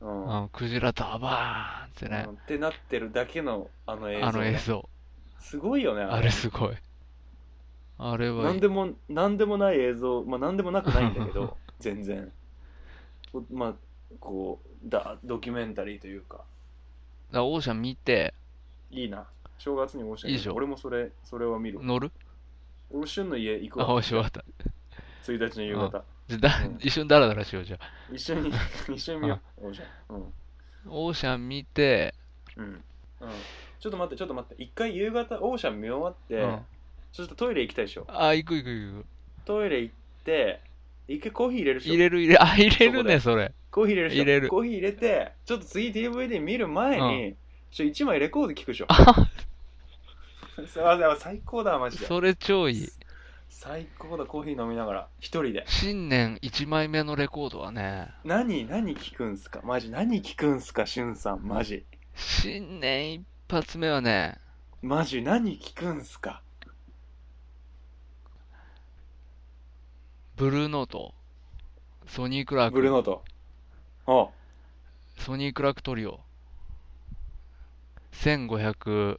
うん
うんクジラダバーンっつってね
うんってなってるだけのあの映像
あの映像
すごいよね
あれすごいあれは
なんでもなんでもない映像まあなんでもなくないんだ けど全然こまあこうだドキュメンタリーというか
だからオーシャン見て
いいな正月に申し
いいでし
訳
ょ
ない俺もそれそれは見る
乗る
俺旬の家行く
あ
わ
おしわかった
1日の夕方
じゃ あだ
うん
一緒にダラダラしようじゃあ
一緒に一緒に見ようおうじゃんうん
オーシャン見て
うん、うん、ちょっと待ってちょっと待って一回夕方オーシャン見終わって、
うん
ちょっとトイレ行きたいでしょ
あ行く行く行く
トイレ行って一回コーヒー入れるでしょ
入れる入れあ入れるねそれ
コーヒー入れるでしょ
入れる
コーヒー入れてちょっと次 DVD 見る前に、ちょ1枚レコード聞くでしょ すいません最高だマジで
それ超いい
最高だコーヒー飲みながら一人で
新年1枚目のレコードはね
何何聞くんすかマジ何聞くんすかしゅんさんマジ
新年一発目はね、
マジ何聞くんすか
ブルーノート、ソニー・クラーク、
ブルーノートお
ソニー・クラークトリオ、1500、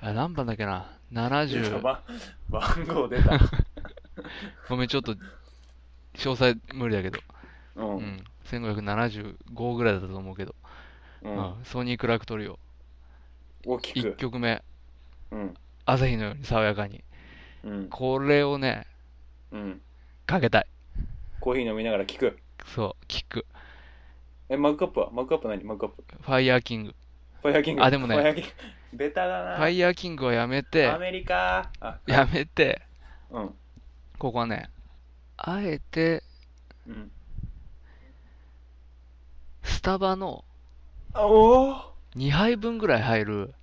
あ、何番だっけな、
出た
70、
ば番号 出た
ごめん、ちょっと、詳細無理だけど、
う
うんん、1575ぐらいだったと思うけど、
う
うんんソニー・クラークトリオ、
大き
1
く
曲目、
うん
朝日のように爽やかに、
うん
これをね、
うん
かけたい。
コーヒー飲みながら聞く
そう、聞く。
えマグカップはマグカップ何マグカップ
ファイヤーキング。
ファイヤーキング
あでもね
ファイヤーキングベタだな
ファイヤーキングはやめて
ア、メリカあ
やめて、
うん
ここはね、あえて、
うん
スタバの
あおお
2杯分ぐらい入る、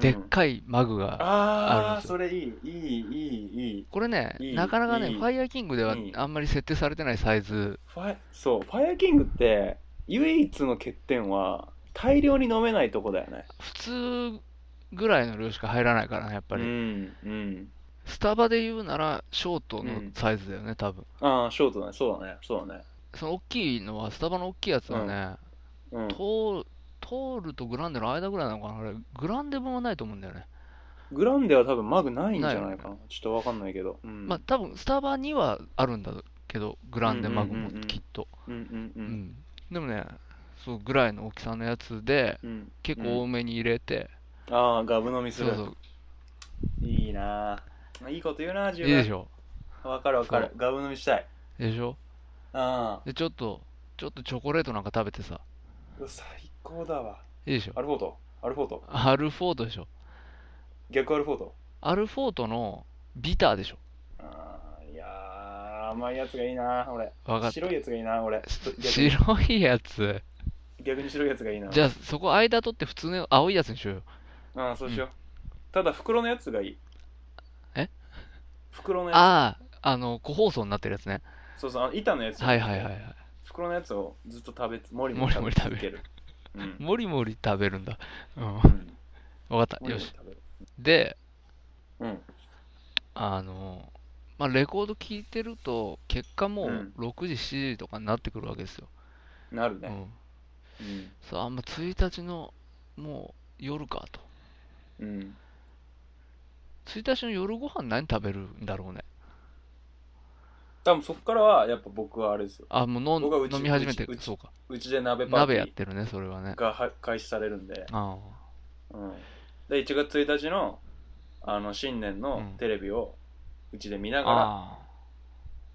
でっかいマグが、
あ
あるん
あ
ですよ
それいいいいいいいい
これね、
いい
なかなかね、
いい
ファイヤーキングではい
い
あんまり設定されてないサイズ、
ファイそうファイヤーキングって唯一の欠点は大量に飲めないとこだよね
普通ぐらいの量しか入らないからね、やっぱ
う
り。
んうん
スタバで言うなら、ショート
う
の
ん
サイズだよね、多分。
ああショートだねそうだねそうだね
その大きいのは、スタバの大きいやつはね、
うん
トールとグランデの間ぐらいなのかな、あれ、グランデ分はないと思うんだよね。
グランデは多分マグないんじゃないか
ない
なちょっとわかんないけどうん
まあ、多分スタバにはあるんだけど、グランデマグも
うんうんうんうん
きっと。
うんう
うんんでもね、そうぐらいの大きさのやつで、
うんうん
結構多めに入れて、
ああガブ飲みす
そう
る
そう、
いいなあいいこと言うな自
いいでし
分
ょ、
わかるわかるガブ飲みしたい
でしょ、
あ
で、ちょっと、ちょっとチョコレートなんか食べてさ、
あ最高だわ
いいでしょ
ア、ルフォートアルフォート
アルフォートでしょ、
逆アルフォート
アルフォートのビターでしょ、
あーいやー甘いやつがいいな俺
わかっ
白いやつがいいな俺ちょっと逆に
白いやつ、
逆に白いやつがいいな
じゃあそこ間取って普通の青いやつにしようよ、
ああそうしよう、ただ袋のやつがいい
え
袋のや
ああ、あの、個包装になってるやつね、
つそうそうあの板のやつ
はいはいはい、はい
袋のやつをずっと食べつもりもり
もりもり
食べ続けるうん
もりもり食べるんだ、うん、
うん
わかった、
もり
よ
もり
し、
食べる
で、
うん
あの、まあ、レコード聴いてると、結果も
う
うん6時、7時とかになってくるわけですよ。
なる
う
ね
ん。
うん
そうあんま1日のもう夜かと
うん
1日の夜ご飯何食べるんだろうね
多分そこからはやっぱ僕はあれですよ
あもう
僕はう
飲
ち
ん飲み始めて
うちうち
そうか
うちで鍋パー
鍋やっ
テ
てるねそれはね
ィーがは開始されるんで,、
あ
うん、で1月1日のあの新年
う
の
ん
テレビをうちで見な
あ
が
あ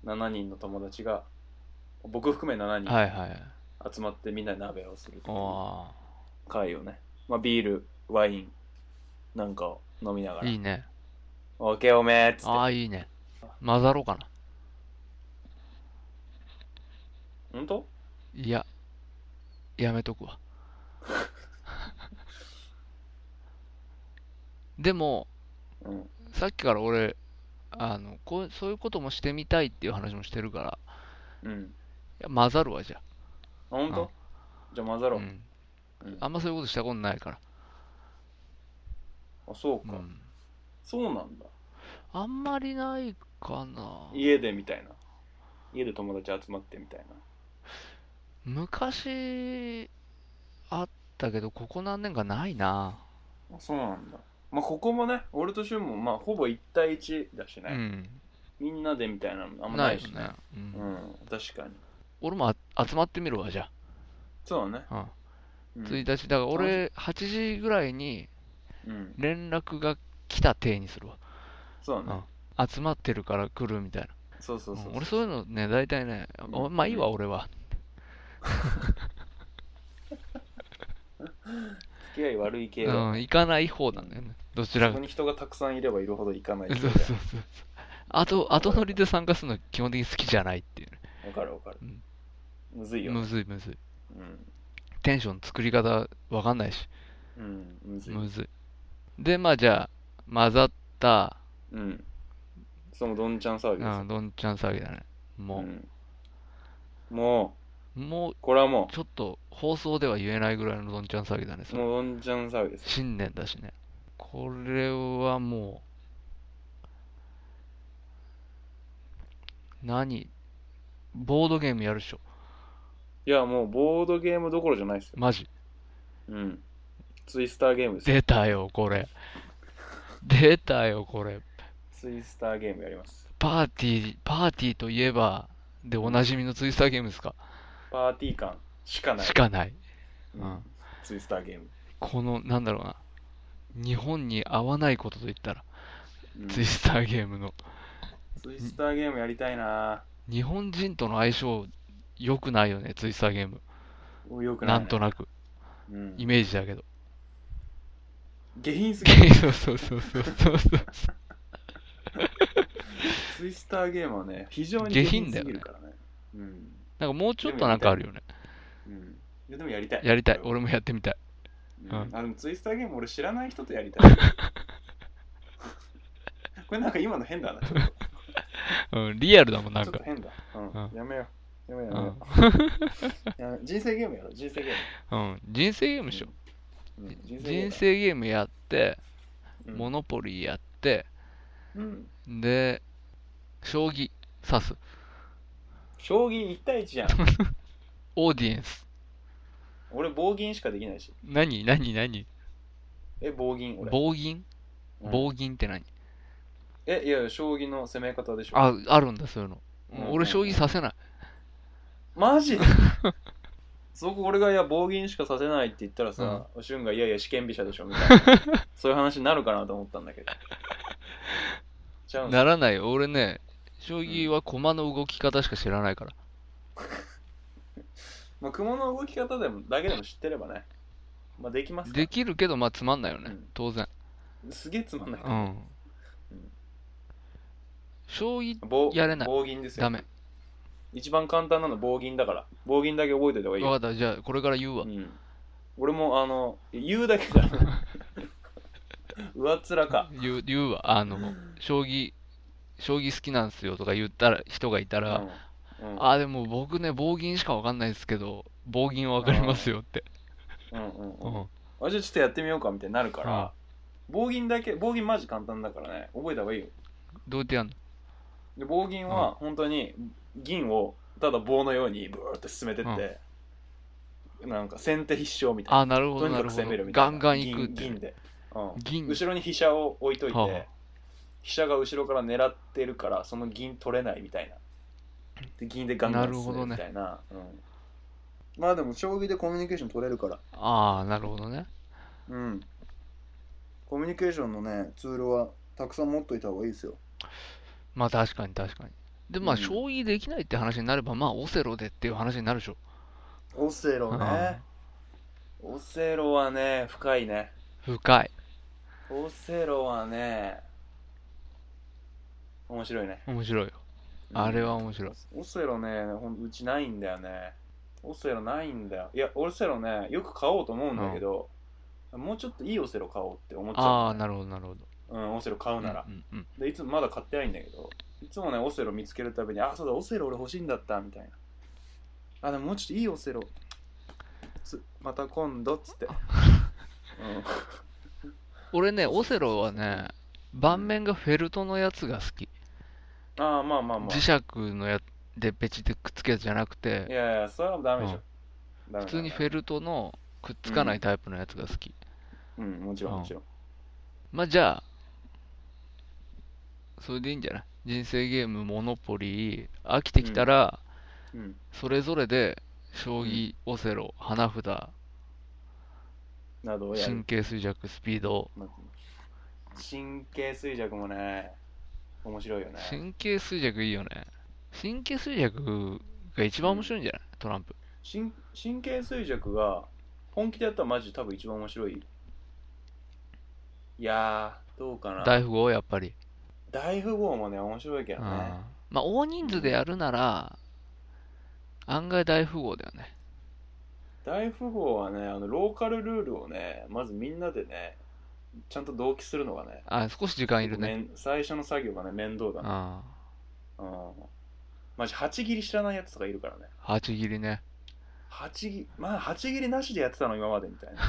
ら7人の友達が僕含め7
あはい
人
はい
集まってみんなで鍋をするっていう
あ
会をね、まあ、ビールワインなんかを飲みなが
あ
ら
いいね
「おけおめ」っつって
ああいいね混ざろうかな
本当
いややめとくわ でも
うん
さっきから俺あのこうそういうこともしてみたいっていう話もしてるから
うん
いや混ざるわじゃ
あ本当じゃあ混ざ
あ、
ろ
う
う、
ん
うん
あんまそういうことしたことないから、
あそう
う
か、
ん、
そうなんだ
あんまりないかな
家でみたいな家で友達集まってみたいな
昔あったけどここ何年かないな
あそうなんだまあここもね俺と俊もまあほぼ1対1だしね、
うん
みんなでみたいなのあんま
な
ないい
よ
し
ね、うん
うん確かに
俺もあ集まってみるわじゃ
そうだね、
あ、
う
うん
ん、
1日だから俺8時ぐらいに
うん
連絡が来た体にするわ
そうだね、
集まってるから来るみたいな
そうそうそう
うん俺そういうのね大体ね、あ
うん
まあいいわ俺は
付き合い悪い系
う
は、
ん行かない方なんだよねどちら
そ
か
こに人がたくさんいればいるほど行かない
そう
系
そう
だよ
そうそう後後乗りで参加するの基本的に好きじゃないっていうね
わかるわかる、
うん
むずいよ
む
ね
ずいむずい
うん
テンション作り方わかんないし
うんむずい
むずいでまあじゃあ混ざった
うんそのどんちゃん騒ぎです
うんどんちゃん騒ぎだね
う
も
んも
うもう
うこれはも
ちょっと放送では言えないぐらいのどんちゃん騒ぎだね
う
それ
もうどんちゃん騒ぎです
新年だしねこれはもう何ボードゲームやるっしょ
いや、もうボードゲームどころじゃないですよ。
マジ
うん。ツイスターゲームですよ。
出たよこれ出たよこれ
ツイスターゲームやります。
パーティーパーティーといえばでおなじみのツイスターゲームですか
パーティー感しかない
し。かない
うんツイスターゲーム。
このなんだろうな日本に合わないことといったら
うん
ツイスターゲームの
ツイスターゲームやりたいな
日本人との相性良くないよねツイスターゲーム
ぁ。よくない、
な
ね。
んとなく
うん
イ。メージだけど
下品すぎる。
そうそうそうそうそうそう。
ツイスターゲームはね、非常に
下
下
品
品
だ
す
よ
ぎ
ね
るからね。うん。
なんかもうちょっとなんかあるよね。
うん。いや、でもやりたい。
やりたい。
これは
俺もやってみたい。
うん
うん
あ、でもツイスターゲーム俺知らない人とやり たい。これなんか今の変だな。ちょっと
うん、リアルだもん、な
ちょ
ん
っと
か。
変だ。
うん
うん。やめよう。やめよう
う
やめよ
ん
う。やめ人生ゲームやろ、人生ゲーム。
うん。人生ゲームでしょ。
うん
人生ゲームやって、モ
の、
ノポリーやって、
うん、
で、将棋指す。
将棋1対1じゃん
オーディエンス。
俺棒銀しかできないし
何何何
え棒銀俺
棒銀
うん
棒銀って何
えいやいや将棋の攻め方でしょ
あ、あるんだ、そういうの。
うん
俺、将棋させない。
マジそこ俺がいや棒銀しかさせないって言ったらさ、俊がいやいや試験飛車でしょみたいな そういう話になるかなと思ったんだけどちゃうんす
ならないよ。俺ね、将棋は駒の動き方しか知らないから。
まあ雲の動き方でもだけでも知ってればねまあできますか
できるけど、まあ、つまんないよね
うん。
当然。
すげえつまんない、
うん。将棋、
棒
やれない
棒銀ですよ
ダメ。
一番簡単なの棒銀だから棒銀だけ覚えておいた方がいいよ
わかった、じゃあ、これから言うわ
う。ん、俺もあの言うだけだ な上面か
言う言うわ。あの、将棋、将棋好きなんですよとか言ったら、人がいたら、
うんうん
あ、でも僕ね、棒銀しかわかんないですけど、棒銀はわかりますよって。
うんうん
う
うん
ん。
あじゃあちょっとやってみようかみたいになるか
うん
ら棒銀だけ棒銀マジ簡単だからね覚えた方がいいよ
どうやってやんの
で棒銀は本当に銀をただ棒のようにブーって進めてって、なんか先手必勝みたいな
あ、なるほ
と
ど、
に
な
か
る
く
ほど
攻める。みたい
ガ
な
ンガン行くって。
銀銀で、うん、
銀
後ろに飛車を置いといて、
はあ
飛車が後ろから狙ってるからその銀取れないみたいなで銀でガンガン進めるみたいなうん、まあでも将棋でコミュニケーション取れるから
ああ、なるほどね。
うんコミュニケーションのねツールはたくさん持っといた方がいいですよ
まあ確かに確かに。で、まあ
うん
将棋できないって話になれば、まあオセロでっていう話になるでしょ。
オセロねオセロはね深いね
深い。
オセロはね面白いね、
面白いよ。
うん
あれは面白い。
オセロね、ほんうちないんだよね。オセロないんだよ。いや、オセロね、よく買おうと思うんだけど、もうちょっといいオセロ買おうって思っち
あ
ゃ
あ、なるほど、なるほど。
う。うん、オセロ買うなら
う。んうん
で、いつもまだ買ってないんだけど、いつもね、オセロ見つけるたびに、あ、そうだ、オセロ俺欲しいんだった、みたいな。あ、でももうちょっといいオセロ。つまた今度 っつって。うん、
俺ね、オセロはね、盤面がフェルトのやつが好き。
ああ、まあまあまあ。
磁石のやでペチでくっつけるやつじゃなく
い
て、
やいや、それはダメでしょ。
うん
ダメ
普通にフ
ェ
ェルトのくっつかないタイプのやつが好き。
うん、もちろん、もちろん。
まあじゃあ、それでいいんじゃない人生ゲーム、モノポリー、飽きてきたら、
うん、
それぞれで、将棋、オセロ、花札、
などをやる
神。経衰弱、スピード。
神経衰弱もね面白いよね
神経衰弱いいよね。神経衰弱が一番面白いんじゃないトランプ。
神神経衰弱が本気でやったらマジで多分一番面白いいやーどうかな
大富豪、やっぱり。
大富豪もね面白いけど
うん
ね
まあ、大人数でやるなら、案外大富豪だよね。
大富豪はねあのローカルルールをねまずみんなでねちゃんと同期するのがね
あ、少し時間いるね。
めん最初の作業がね面倒だな、
あ
うん、マジ8切り知らないやつとかいるからね
あ、8切りね。
8切りまあ8切りなしでやってたの今までみたいな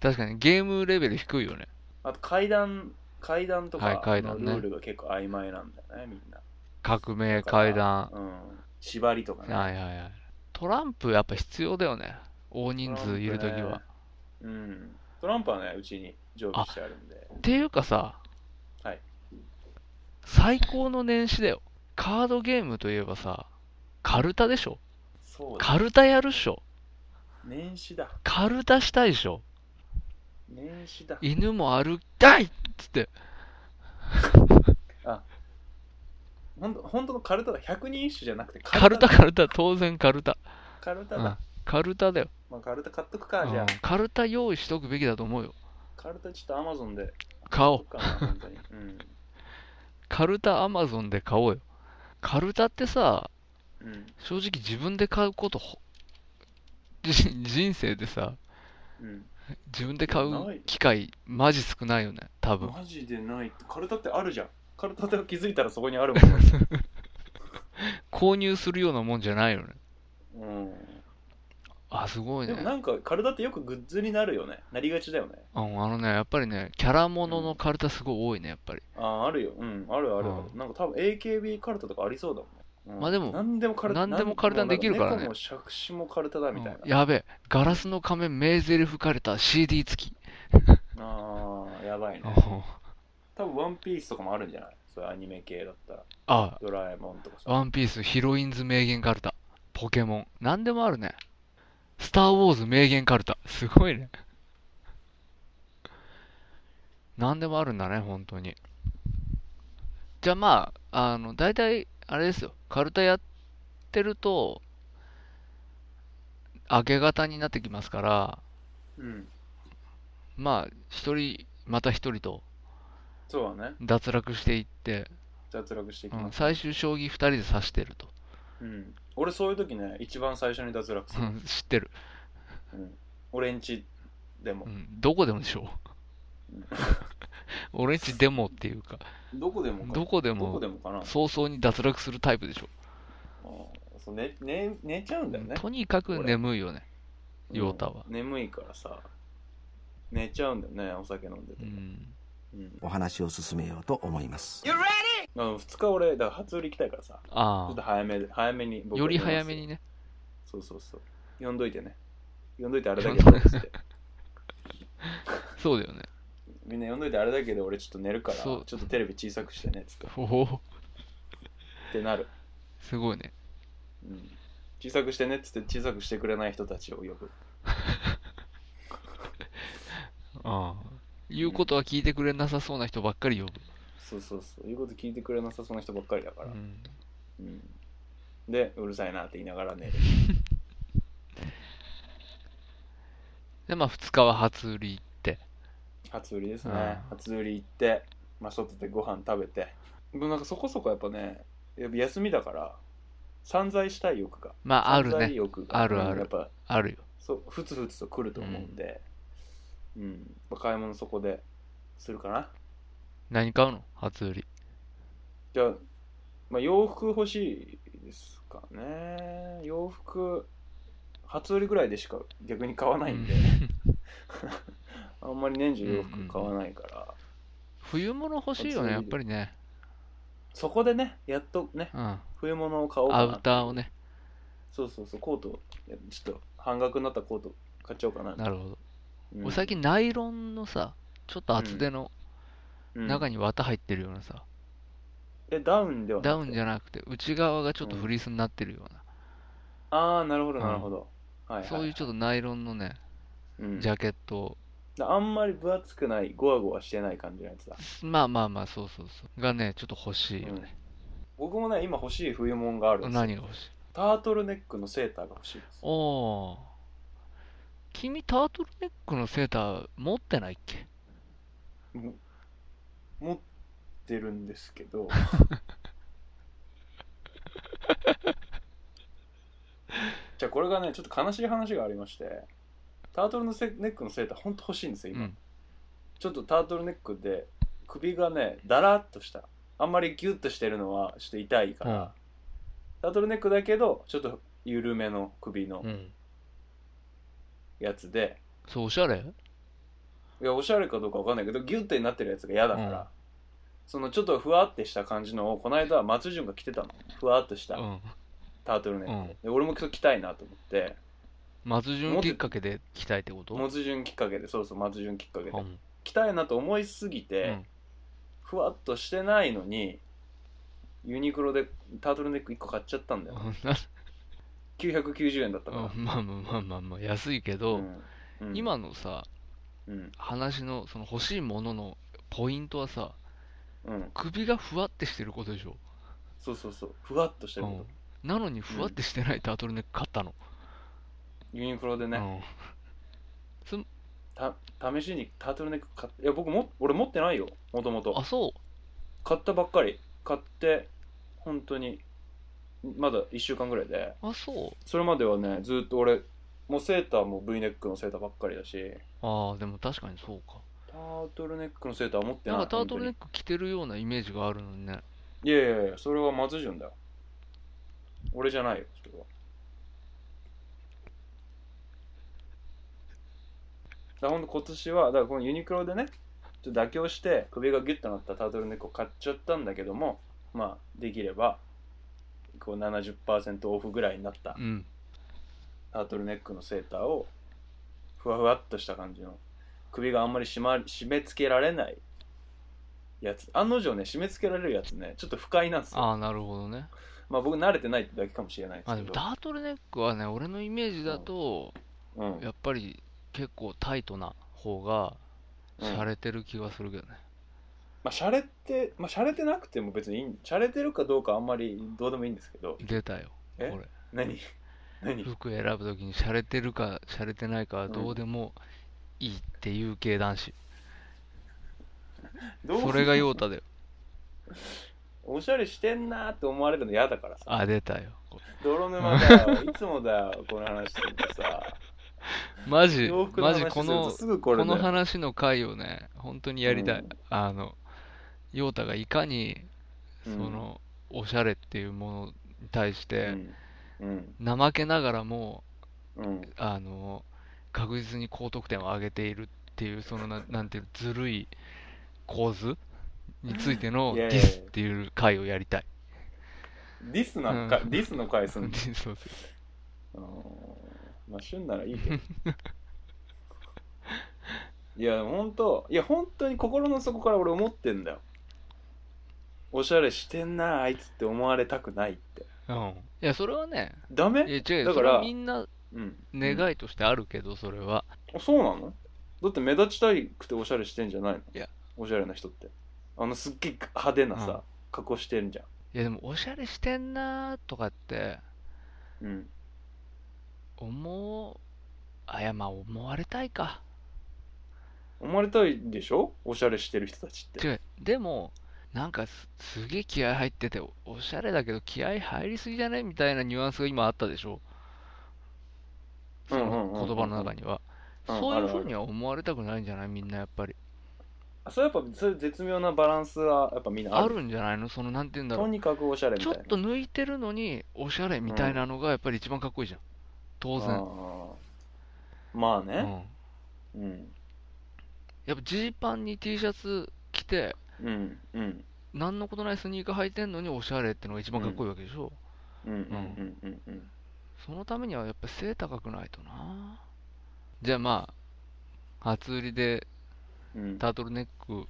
確かにゲームレベル低いよね。
あと階段階段とか
はい階
の
段
ル
ね
ールが結構曖昧なんだよね、みんな。
革命、階段。
うん。縛りとかね。
はいはいはい。トランプやっぱ必要だよね。大人数いるとき
トラン
は。
プね。うん。トランプはね、うちに常備してあるんで。
っていうかさ、
はい
最高の年始だよ。カードゲームといえばさ、カルタでしょ
そうだ。
カルタやるっしょ
年始だ。
カルタしたいっしょ
年始だ。
犬も歩きたいっつって。
ほんと、本当のカルタだ。100人一首じゃなくて
カルタ
だ
カルタ、当然カルタ。
カルタ
うん
だ。
カルタだよ。
まあ、カルタ買っとくか、じ
う
ゃあ
ん。カルタ用意しとくべきだと思うよ。
カルタちょっとアマゾンで
買お
買っ
う
と。くかな、本当に。うん。
カルタアマゾンで買おうよ。カルタってさ、
うん。
正直自分で買うことほ、人人生でさ、
うん。
自分で買
な
う
い
機会、マジ少ないよね、多分。
マジでない。カルタってあるじゃん。カルタって気づいたらそこにあるもん。
購入するようなもんじゃないよね。
うん。
あ、すごい
で
ね
も。なんか体ってよくグッズになるよねなりがちだよね
うん、あのね、やっぱりね、キャラもののカルタすごい多いね、やっぱり。
あああるようんあるあるある、
う
なんか多分 AKB カルタとかありそうだもん、うん
まあでも
何でもカルタ
何でもカルタにできるからね
猫も杓子もカルタだみたいな、
うんやべえ、ガラスの仮面名台詞カルタ CD 付き。
ああやばいね
うん
多分ワンピースとかもあるんじゃないそういうアニメ系だったら
あ、
ドラえもんとかさ
ワンピース、ヒロインズ名言カルタ、ポケモン、なんでもあるね。スター・ウォーズ名言カルタ、すごいね。なんでもあるんだね、本当に。じゃあまあ、あの、大体、あれですよ、カルタやってると、明け方になってきますから、
うん
まあ、一人、また一人と
そうだね
脱落していって、
脱落していき
うん
ます、
最終将棋二人で指してると。
うん俺そういう時ね一番最初に脱落す
う
る、
ん知ってる。
うん、俺んちでも
う、ん、どこでもでしょ
うん
俺んちでもっていうか、
どこでもか
どこで
どこ
も
でもかな、
早々に脱落するタイプでしょ。
うんそう寝寝寝ちゃうんだよね
とにかく眠いよね、
うん
ヨータは。
眠いからさ寝ちゃうんだよねお酒飲んでて、
うん。
うん
お話を進めようと思います
あの2日俺だから初売り行きたいからさちょ
あ
っと早めで早めに
あ、
僕
より
は寝ま
早
す
めにね。
そうそうそう呼んどいてね呼んどいてあれだけどっつって
そうだよね。
みんな呼んどいてあれだけど俺ちょっと寝るからち
そ
ょっ
う
とテレビ小さくしてねっつってっ
おお、
てなる、
すごいね。
うん、小さくしてねっつって小さくしてくれない人たちを呼ぶ
ああ。言うことは聞いてくれなさそうな人ばっかり呼ぶ。
そうそうそういうこと聞いてくれなさそうな人ばっかりだか
う
ら、
ん、
うん、でうるさいなって言いながら寝る
で、まあ、2日は初売り行って。
初売りです
うん
ね初売り行って、まあ、外でご飯食べてでもなんかそこそこやっぱねやっぱ休みだから散財したい欲が
まあ、ある
散財
ね。
欲が
あるある
やっぱ
あるよ。
そうふつふつと来ると思うんで、うんまあ買い物そこでするかな
何買うの初売り。
じゃあ、まあ、洋服欲しいですかね洋服初売りぐらいでしか逆に買わないんで、
うん
あんまり年中洋服買わないから、
冬物欲しいよね、や
初売り
っぱりね。
そこでねやっとね
うん。
冬物を買おうか
ア
な
ウターをね。
そうそうそうコートいやちょっと半額になったコート買っちゃおうかな
なるほど。
うん
俺最近ナイロンのさ、ちょっと厚手の
うん
中に綿入ってるようなさ、
えダウンでは
ダウンじ
ゃ
ゃなくて内側がちょっとフリースになってるような、
ああなるほど
うん
なるほど、はい、はい、
そういうちょっとナイロンのね、
うん
ジャケットを、
あんまり分厚くないゴワゴワしてない感じのやつだ
まあまあまあ、そうそうそう。がね、ちょっと欲しいよね。
僕もね今欲しい冬物があるんですよ
何が欲しい
タートルネックのセーターが欲しいです
おお。君、タートルネックのセーター持ってないっけ
も持ってるんです けどじゃあこれがねちょっと悲しい話がありましてタートルのせネックのセーターほんと欲しいんですよ
う
今、
ん。
ちょっとタートルネックで首がねだらっとしたあんまりギュッとしてるのはちょっと痛いから、タートルネックだけどちょっと緩めの首の
うん。
やつで、
そう、おしゃれ
いやおしゃれかどうかわかんないけどギュッてなってるやつが嫌だから、
うん
そのちょっとふわってした感じのをこの間松潤が着てたのふわっとし
う
た
ん。
タートルネック、
うん。
で俺もそれ着たいなと思って
松
持
潤
って
きっかけで着たいってこと
松潤きっかけでそうそう松潤きっかけで
うん。
着たいなと思いすぎて、
うん
ふわっとしてないのにユニクロでタートルネック1個買っちゃったんだよ
うんな
990円だったから
う、んまあまあまあまあまあ、安いけど、
うん
今のさ、
うん
話のその欲しいもののポイントはさ、
うん
首がふわってしてることでしょ。
そうそうそうふわっとしてること、
うん、なのにふわってしてないタートルネック買ったの、
ユニクロでね、
うん
た試しにタートルネック買っていや僕も俺持ってないよもともと
あそう
買ったばっかり買って本当にまだ1週間ぐらいで
あそう
それまではねずっと俺もうセーターも V ネックのセーターばっかりだし
ああでも確かにそうか
タートルネックのセーター持って
な
ない
んかタートルネッ
本
ク着てるようなイメージがあるのにね
当にいやいやいやそれは松潤だよ俺じゃないよそれはだからほんと今年はだからこのユニクロでねちょっと妥協して首がギュッとなったタートルネックを買っちゃったんだけどもまあできればこう70%オフぐらいになった
うん
タートルネックのセーターをふわふわっとした感じの首があんまり締ま締め付けられないやつ案の定ね締め付けられるやつねちょっと不快なんですよ
ああなるほどね
まあ僕慣れてないってだけかもしれないです
あ
け
でも
ど
タートルネックはね俺のイメージだと
うん
やっぱり結構タイトな方が
うん
洒落てる気がするけどね、
まあ洒落てまあ洒落てなくても別にいいん洒落てるかどうかあんまりどうでもいいんですけど
出たよこ
え
れ
何何
服選ぶときに洒落てるか洒落てないかはどうでもいいっていう系男子、
どう
それがヨータだよ
おしゃれしてんなーって思われるの嫌だからさ
あ出たよ
泥沼だよいつもだよこの話するとさ
マジ
洋服の
マ
話す
ジ
る
この
とすぐこれ
こ
だ
の
よ
話の回をね、本当にやりたい。
うん
あの、ヨータがいかに、そ
うん
の、おしゃれっていうものに対して、
うん
怠けながらも、
うんうん
あの、確実に高得点を上げているっていう、その、ななんていう、ずるい構図についての
い
デ
やいやい
ィ
や
スっていう回をやりたい。
ディスなんか、
うん
ディスの回数
そうそう
あのーまあ旬ならいいけど いや本当いや本当に心の底から俺思ってんだよおしゃれしてんなあいつって思われたくないって
うん。いや、それはね、
ダ
い
メ
や違うよ
だ
そ
か
れ
ら
はみんな
うん
願いとしてあるけど、それは。
あそうなのだって目立ちたくておしゃれしてんじゃないの
いや
おしゃれな人ってあのすっげえ派手なさ、
うん
格好してんじゃ
いや、でも、おしゃれしてんなーとかって、
んうん
思う、あ、いや、まあ、思われたいか。
思われたいでしょおしゃれしてる人たちって
違う、でも、なんかす、すげえ気合入ってて、おおしゃれだけど、気合入りすぎじゃねみたいなニュアンスが今あったでしょ。そ
うんうんうんうんう
の
ん
言葉の中には。
うん
そうい
あるあ
う
る
ふうには思われたくないんじゃないみんなやっぱり。
あそれやっぱそういう絶妙なバランスはやっぱみんなあ
あ
る
るんじゃないのその、なんて言うんだろ
と
う。
にかくおしゃれみ
ち
た
ょ
いな
っと抜いてるのに、おしゃれみたいなのがやっぱり一番かっこいいじゃん。当然。
あーまあ
う
ね
ん。
うん
やっぱジーパンに T シャツ着て、
うんうん
何のことないスニーカー履いてんのにおしゃれってのが一番かっこいいわけでしょ。
うんうんうんうんうん
そのためにはやっぱ背高くないとな。じゃあまあ、初売りで
うん
タートルネック
ートル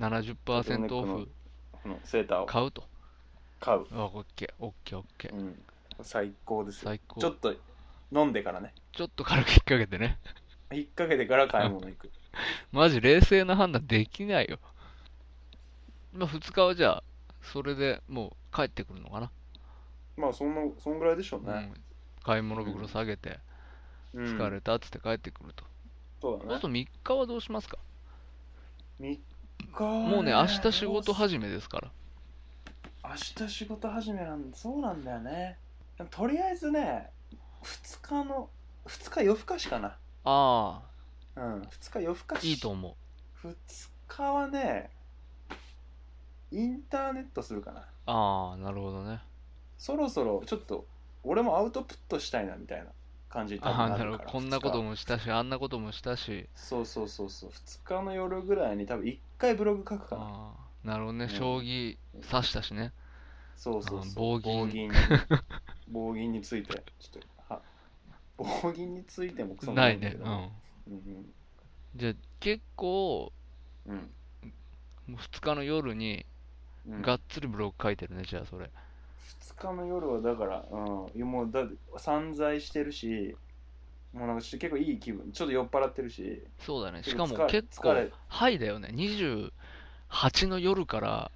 ネッ
70%
ク
オ
の
フ
このセーターを
買うと。
買う、
あ、オッケー、オッケー、オッケー。
うん、最高ですよ
最高。
ちょっと飲んでからね
ちょっと軽く引っ掛けてね。
引っ掛けてから買い物行く
マジ冷静な判断できないよ。まあ2日はじゃあ、それでもう帰ってくるのかな。
まあそんなそんぐらいでしょう
う
ね、
ん買い物袋下げて、
うん
疲れたっつって帰ってくると。
そう
そう
だ
すると
ね
3日はどうしますか
3日は
もうね、明日仕事
どう
始めですから。
す明日仕事始めなんそうなんだよねとりあえずね2日の2日夜更かしかな
あ
うん2日夜更か
あ、
し
いいと思う。
2日はねインターネットするかな
ああ、なるほどね。
そろそろちょっと俺もアウトプットしたいなみたいな感じに多
ああ、
分
な
な
るほ
るか
ど。
ら
こんなこと
二日
もしたし、あんなこともしたし。
そうそうそうそう2日の夜ぐらいに多分1回ブログ書くかな
ああ、なるほどね。
ん
将棋指したしね。
そうそうそう。
あー棒銀
棒銀。棒銀について、ちょっと、は、棒銀についてもクソも
ないね。
ん
う
だけど
ん。
うん
じゃあ、結構、
うん。うん
2日の夜に、
うん
がっつりブログ書いてるね、じゃあ、それ。
2日の夜はだから、うん、もうだ散財してるし、もうなんかちょっと結構いい気分、ちょっと酔っ払ってるし、
そうだね。
で
し
も
かも
疲れ
結
疲
構
れ、
ハイだよね。28の夜から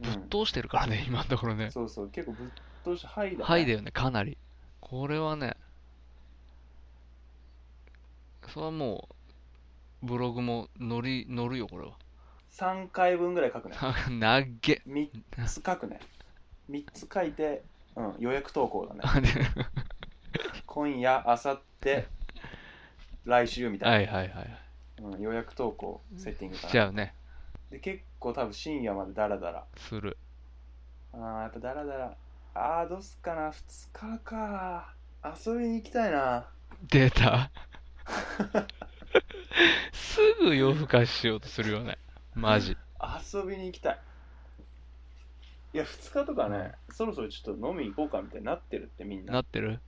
う
ぶっ
ん、
通してるからね、今のところね。
そうそう、結構ぶっ通して、はいだ、ね。
はいだよね、かなり。これはね、それはもう、ブログも乗り、乗るよ、これは。
3回分ぐらい書くね。
なっげ。
3つ書くね。3つ書いて、うん、予約投稿 だね。
あで
今夜、明後日、来週みたいな。
はいはい はい。
うん、予約投稿セッティング
し
か
ち
な
ゃうね。
で結構多分深夜までダラダラ
する。
あーやっぱダラダラあーどうすっかな2日か遊びに行きたいな
出 た。 すぐ夜更かししようとするよね。マジ。
遊びに行きたいいや2日とかね、そろそろちょっと飲み行こうかみたいになってるってみんな
なってる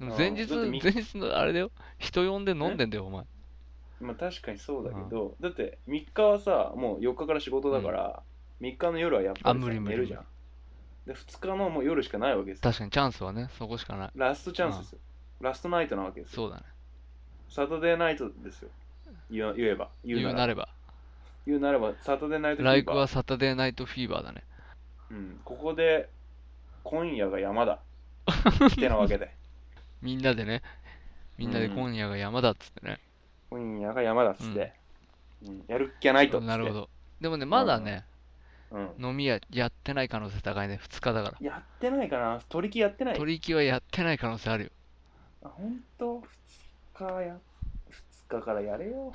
でも前日、
あーだって
前
み
日のあれだよ。人呼んで飲んでんだよ、お前。
まあ確かにそうだけど、だって3日はさもう4日から仕事だから、3日の夜はやっぱり
あ
さ
無理無理
寝るじゃんで2日のもう夜しかないわけですよ
確かにチャンスはね、そこしかない。
ラストチャンスですよラストナイトなわけです
そ
よ
うだね。
サタデーナイトですよ。言う言えば。言う
言
な
う
ら
なれば。
言うならば、サタデーナイトフ
ラ
ィ
イ
ー
ク
バー
はサタデーナイトフィーバーだね。
うん、ここで、今夜が 山だ。ってなわけで。
みんなでね、みんなで
うん
今夜が山だっつってね。
今夜が山だっつって、うんやるっきゃないとっつって。
なるほど。でもね、まだね、
うん、
飲み屋やってない可能性高いね、2日だから。
やってないかな取り木やってない。
取引はやってない可能性あるよ。
あ、ほんと ?2 日や、2日からや れよ。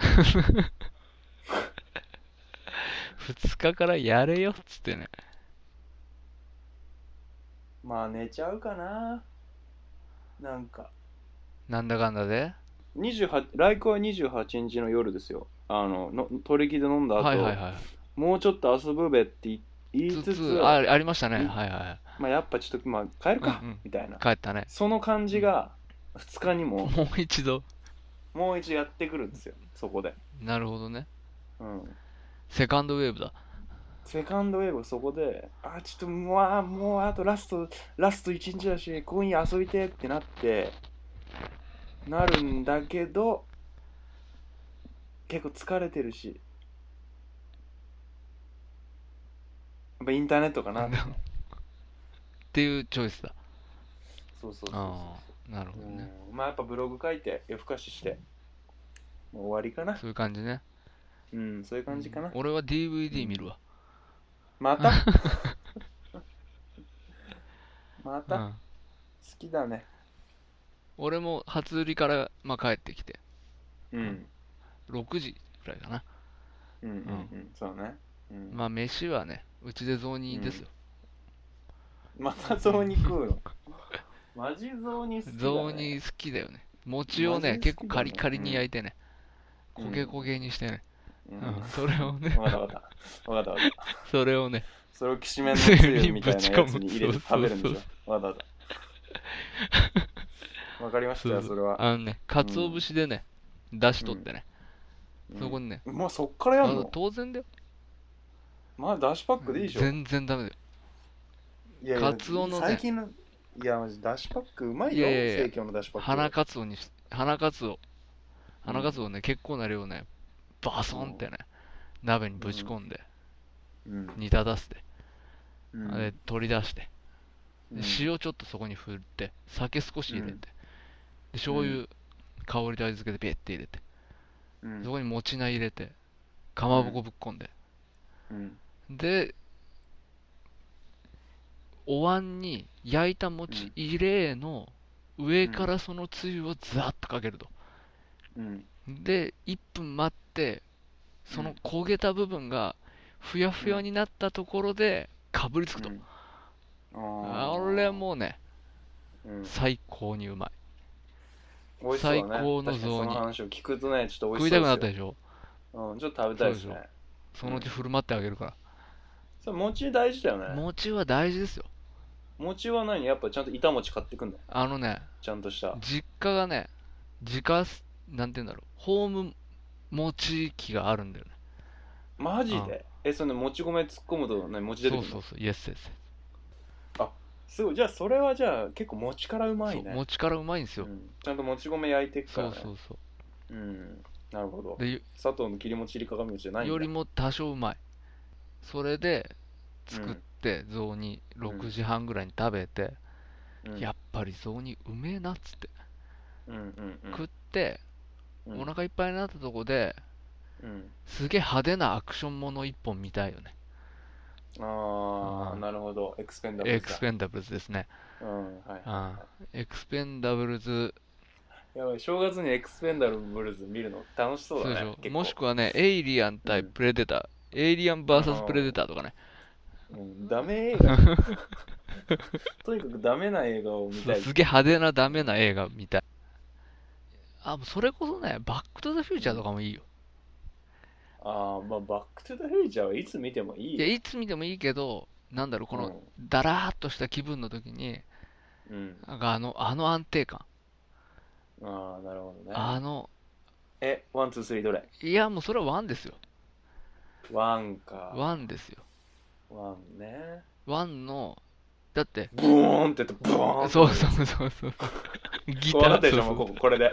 2日からやれよっつってね。
まあ寝ちゃうかな。なんか。
なんだかんだで。
28ライクは28日の夜ですよ。あの、の取り木で飲んだ後、
はいはいは
もうちょっと遊ぶべって言
い。
いつつ、
あありましたね。
い
はいはいは
まあ、やっぱちょっと、まあ、帰るか、
うんうん。
みたいない
帰ったね。
その感じが、 2日にも
もう一度。
もう一度やってくるんですよそこで、
なるほどね。
うん、
セカンドウェーブだ。
セカンドウェーブそこであちょっともうあもうあとラストラスト1日だし今夜遊びてってなってなるんだけど結構疲れてるしやっぱインターネットかな
っていうチョイスだ。
そうそうそうそ
ああ、なる
う
ほどね。
うんまあやっぱブログ書いて夜更かししてもう終わりかな
そういう感じね。
うんそういう感じかな
俺は DVD 見るわ。
またま
う
た好
ん。
きだね
俺も初売りから、まあ、帰ってきて、
うん
6時くらいかな。
うんうんうんそうね、うん
まあ、飯はね、うちで雑煮ですよ。
また雑煮食 うのマジ雑煮好きだ、ね、
雑煮好きだよね。餅をね、
マジで
結
好
構
きだね
カリカリに焼いてね、
うん
焦げ焦げにしてね、
うん、
うん
分
それをね、
かった分かった分かった分かっ た
それをね、
それをきしめんのつゆみたいなやつに入
全
れて
部ぶち込
食べ
む
るんでし
そう
ょ分かった分かった分かりましたよ
そう
それは
あのね、鰹節でね、出しとってね、
うん
そこにね、
もうそっからや
あ
ん
の
の
当然だよ。
まあダッシュパックでいいでしょ、
全然ダメだよ。
いやいや
カツオのね
最近のいやマジダッシュパックうまい
い
よ
やいやいや
生協のダッシュパック
花かつおにし、花かつお、花かつおね、結構な量ね、バソンってね、鍋にぶち込んで、
うん
煮立たせて、
うん
で取り出して、
うん
で塩ちょっとそこに振って、酒少し入れて、
うん
で醤油、香りと味付けでペッて入れて、
うん
そこにもち菜入れて、かまぼこぶっこんで、
うん
で、お椀に焼いた
うん
餅入れの上からそのつゆをザーッとかけると。
うん
で、1分待って、その焦げた部分がふやふやになったところでかぶりつくと。
うんあ
あ
ー
れもうね、
うん
最高にうまい。
美味しそうだね
最高の
確かに
雑
その
煮
話を聞くとねちょっと
食
美味
いたく
しそうです
な
よ
ったでしょ
うん、ちょっと食べたいです
そうで
ね
そのうち振る舞ってあげるか
それ餅大事だよ
ら。
ね
餅は大事ですよ。
餅は何やっぱちゃんと板餅買ってくんの
あのね、
ちゃんとした
実家がね、自家す、なんて言うんだろう、ホーム餅機があるんだよね。
マジでえそのもち米突っ込むとね餅出て
そ
く
う
る
そ
の
うそう、イエスイエス。
すごいじゃあそれはじゃあ結構餅からうまい
そ
ね
う餅からうまいんですよ。
うんちゃんともち米焼いてくか
そ
ら
う
ね
そうそう
うんなるほど
う。で、よ
砂糖の切り餅入り鏡餅じゃないんだ
よりも多少うまい。それで、作って、雑煮、6時半ぐらいに食べて、
うん
やっぱり雑煮うめえなっつって、
うんうんうん
食って、
うん
お腹いっぱいになったとこで、
うん
すげえ派手なアクションもの一本見たいよね。
ああ
うん
なるほどエクスペンダブル
エ
ズ
ク
だ
スペンダブルズですね。
うんはい
うんエクスペンダブルズ、
やばい、正月にエクスペンダブルズ見るの楽しそう
そうで
だ
し
ね
ょ。
結構
もしくはね、エイリアン対プレデター、エイリアン VS プレデターとかね、
うんダメ映 画。とにかくダメな映画を見
そ
た
う
い。
すげえ派手なダメな映画みたい。あ、もうそれこそね、バックトゥザフューチャーとかもいいよ。
ああ、まあ、バックトゥザフューチャーはいつ見てもいい。
いや、いつ見てもいいけど、なんだろう、この、だらーっとした気分の時に、
うん。
なんかあの、あの安定感、
ああ、なるほどね。
あの、
え、ワン、ツー、スリーどれ
いや、もうそれはワンですよ。
ワンか。
ワンですよ。
ワンね。
ワンの、だって、
ブーンってやって、ブーンって
そうそうそうそう。ギタ
こうなっ
ー、
て
そう
るで
そ
しょ、も
う
うここ、これで。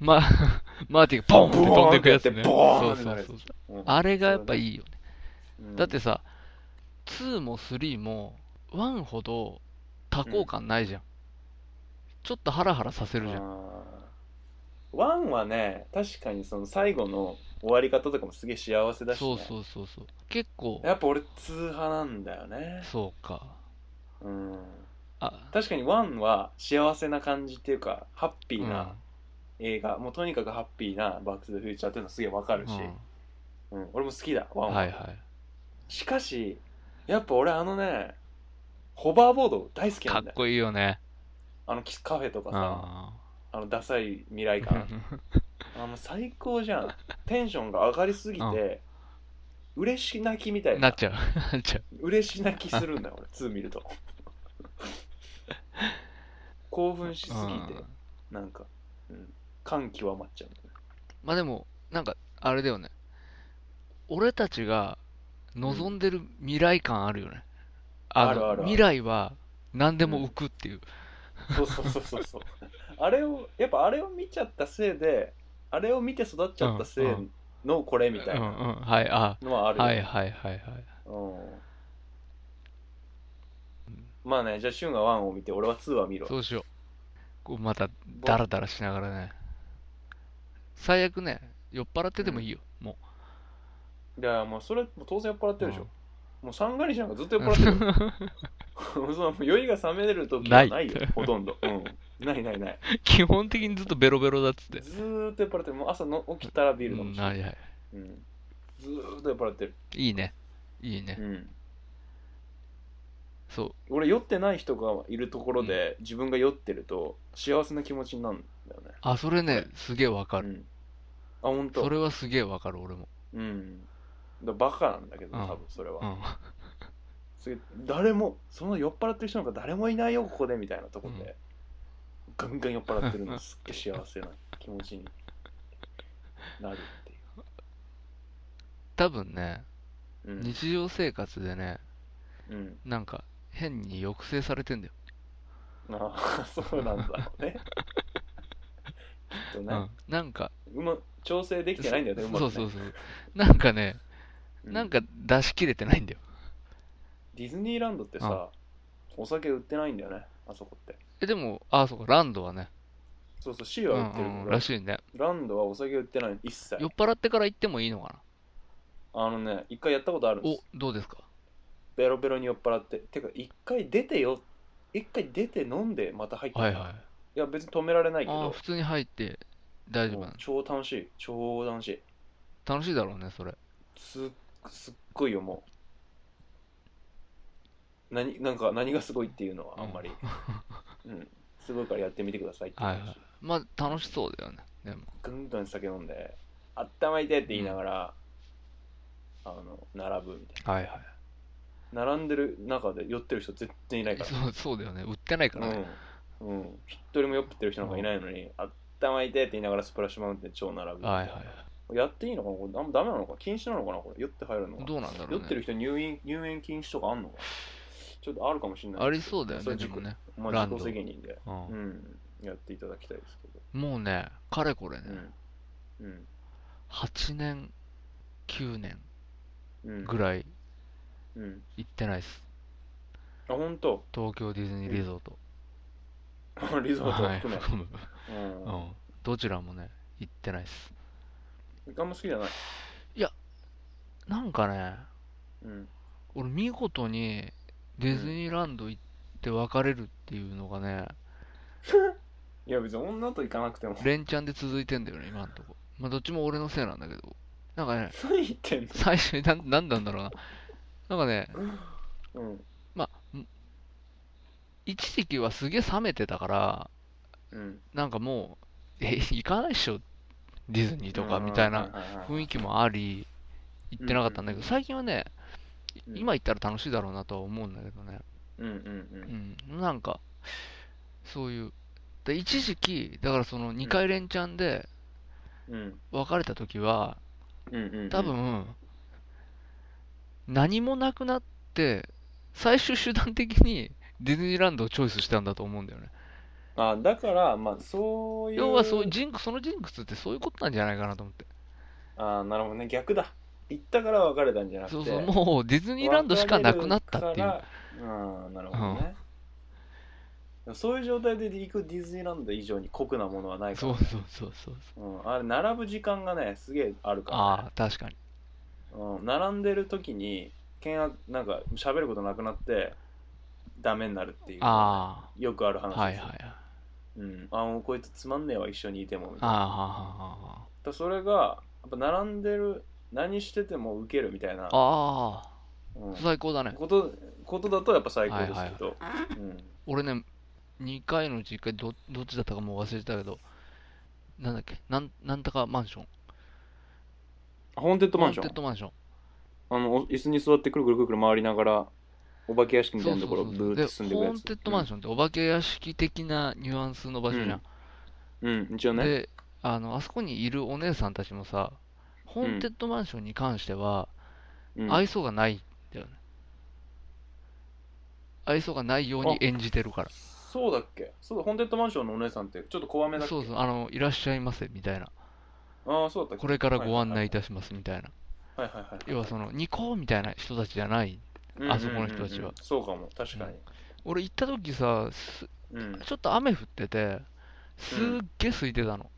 まあ、マーティがボーンって飛んでくやつね。
ブーンって
そ
やっ
う
て
そうそうそう。
うん
あれがやっぱいいよね。
うん
だってさ、2も3も1ほど多幸感ないじゃん。ちょっとハラハラさせるじゃん。
あーワンはね、確かにその最後の終わり方とかもすげえ幸せだし、ね。
そうそうそうそう。結構、
やっぱ俺、通派なんだよね。
そうか。
うん。
あ、
確かにワンは幸せな感じっていうか、ハッピ
う
ー
ん
な映画、もうとにかくハッピーなバックス・ザ・フューチャーっていうのはすげえわかるし、
う
うん俺も好きだ、ワン
ん
は。
はいは
しかし、やっぱ俺あのね、ホバーボード大好き
い。か
なん
っ
だよ。
こいいよね。
あのキカフェとかさ、
あ
あのダサい未来感。あの最高じゃ ん。テンションが上がりすぎて、嬉し泣きみたい
な
な
っ。ちゃう。 なっちゃう。
嬉し泣きするんだよ、俺、2見ると。興奮しすぎ
う
て
ん、
なんか、うん、感極まっちゃう。
まあでも、なんか、あれだよね。俺たちが望んでる未来感あるよね。あの
あるあるある
未来は何でも浮くっていう。
そうそうそうそ うそう。あれを、やっぱあれを見ちゃったせいで、あれを見て育っちゃったせいのこれみたい
うん
な
うん、はい、あ、
のはあるよ
はいはいはいはい。
うん。まあね、じゃあ、シュンが1を見て、俺は2は見ろ。
そうしよう。こうまた、ダラダラしながらね。最悪ね、酔っ払っててもいいよ、も
いや、もうそれ、もう当然酔っ払ってるでしょ。
うん
もう三が日なんかずっと酔っ払ってるよ。もう その酔いが覚めれる時
な
はいないよ、ほとんど。うん。ない ないない。
う。 基本的にずっとベロベロだっつって。
ずーっと酔っ払ってる。もう朝の起きたらビール飲
う
む
ん、
し。
はいはい。
うん。ずーっと酔っ払ってる。
いいね。いいね
う。ん。
そう。
俺、酔ってない人がいるところで、自分が酔ってると、幸せな気持ちになるんだよね。
あ、それね、すげえわか
う
る。
ん。あ、ほんと
それはすげえわかる、俺も。
うん。だからバカなんだけど、
うん
多分それは。
うん。
それ誰もその酔っ払ってる人なんか誰もいないよここでみたいなとこで、ガンガン酔っ払ってるのすっげえ幸せな気持ちになるってい
多分ね、
う、うん
日常生活でね、
うん、
なんか変に抑制されてんだよ。
ああそうなんだろうねきっと
う
ね
ん、なんか、
うま調整できてないんだよねうまく
そ
ね
うそうそう。なんかね、
う
なんか出し切れてないんだよ。
ディズニーランドってさ、お酒売ってないんだよねあそこって
え、でも、あ、そうか、ランドはね、
そうそう C
う
は売
ん
ってる
うん、
けど
らしいね。
ランドはお酒売ってない一切
酔っ払ってから行ってもいいのか
あのね一回やったことある
なん
です
お、どうですか
ベロベロに酔っ払っててか一回出てよ一回出て飲んでまた入って
はいはい。
いや別に止められないけ
あー
ど
普通に入って大丈夫
も
な
う
の。
超楽しい超楽しい
楽しいだろうね、それ。
すっすっごいよもう何なんか何がすごいっていうのはあんまり、うん、すごいからやってみてくださいって言う
はいはい。まあ、楽しそうだよね。でも、
ぐんぐん酒飲んで「あったまいて」って言いながら、あの並ぶみたい
はいはい。
な並んでる中で酔ってる人絶対いないから
そうそうだよね。売ってないからね。
うん、うん、一人も酔っ払ってる人なんかいないのに、あったまいてって言いながらスプラッシュマウンテン超並ぶ、
はいは
やっていいのかなこれあんダメなのか禁止なのかなこれ酔って入るの
い。
かな
どうなんだろ
酔
う
ってる
ね。
人入院入園禁止とかあんのかなちょっとあるかもしれない
ありそうだよ
そ
ね、
れ
で
自己
もね。
ま
ラ
あ
ンド
自己責任で、
うん
うん、やっていただきたいですけど
もうね、かれこれね、
うんうん
8年、9年
うん
ぐらい
うん
行ってないです。
あ本当
東京ディズニーリゾート。
リゾートを
はい、
含め、
含む。
う ん
う、ん。どちらもね、行ってないです。
あんま好きじゃない、
なんかね、
うん、
俺見事にディズニーランド行って別れるっていうのがね、
いや別に女と行かなくても
連チャンで続いてんだよね、今んとこ。まあ、どっちも俺のせいなんだけど。なんかね、
何言ってん
最初になん、なんなんだろうな。なんかね、
のうん
まあ、ん一時期はすげえ冷めてたから、
うん
なんかもう、え、行かないっしょ、ディズニーとかみたいな雰囲気もあり、行ってなかったんだけど、最近はね、
うん
今行ったら楽しいだろうなとは思うんだけどね、
うんうんう
うんん、なんか、そういう、で一時期、だからその2回連チャンで
うん
別れた時は、
うんうんうん
多分、何もなくなって、最終手段的にディズニーランドをチョイスしたんだと思うんだよね。
あだからまあそういう
要はそうジンクそのジンクスってそういうことなんじゃないかなと思って
ああなるほどね逆だ行ったから別れたんじゃなくて
そうそうもうディズニーランドしかなくなったっていう
別れるからあーなるほどね、そういう状態で行くディズニーランド以上に酷なものはないか
そ
ら
う
ね、
そうそうそう
うん、あれ並ぶ時間がねすげえあるから、
ああ確かに
うん、並んでる時にけんなんか喋ることなくなってダメになるっていう
あ
よくある
あ
話です
はいはいはい
うん、あもうこいつつまんねえわ一緒にいてもみたいな
あ
だからそれがやっぱ並んでる何しててもウケるみたいな
ああ、ああ
うん
ー最高だね
ことことだとやっぱ最高ですけど、うん
俺ね2回のうち1回どどっちだったかもう忘れてたけどなんだっけなんなんとかマンション
ホーンテッドマンショ
ホーテッ
ン
ドマンション
あのお椅子に座ってくるくるくるくる回りながらお化け屋敷みたいなところを
そうそうそう
ブーって進んでいく
で、
や
ホ
つ。
ーンテッドマンションってお化け屋敷的なニュアンスの場所じゃん。
うん、一応ね。
で、あの、あそこにいるお姉さんたちもさ、ホーンテッドマンションに関しては、
うん
愛想がないんだよね。愛想がないように演じてるから。
そうだっけそうだ、ホーンテッドマンションのお姉さんってちょっと怖めだっけ
そうそう、あの、いらっしゃいませ、みたいな。
ああ、そうだったっけ
これからご案内いたします、みたいな。
はいはいはい。
要はその、ニコーみたいな人たちじゃない。
うんうんうんうん
あそこの人たちは。
そうかも、確かに。
俺行った時さ、す
うん
ちょっと雨降ってて、すっげえ空いてたの。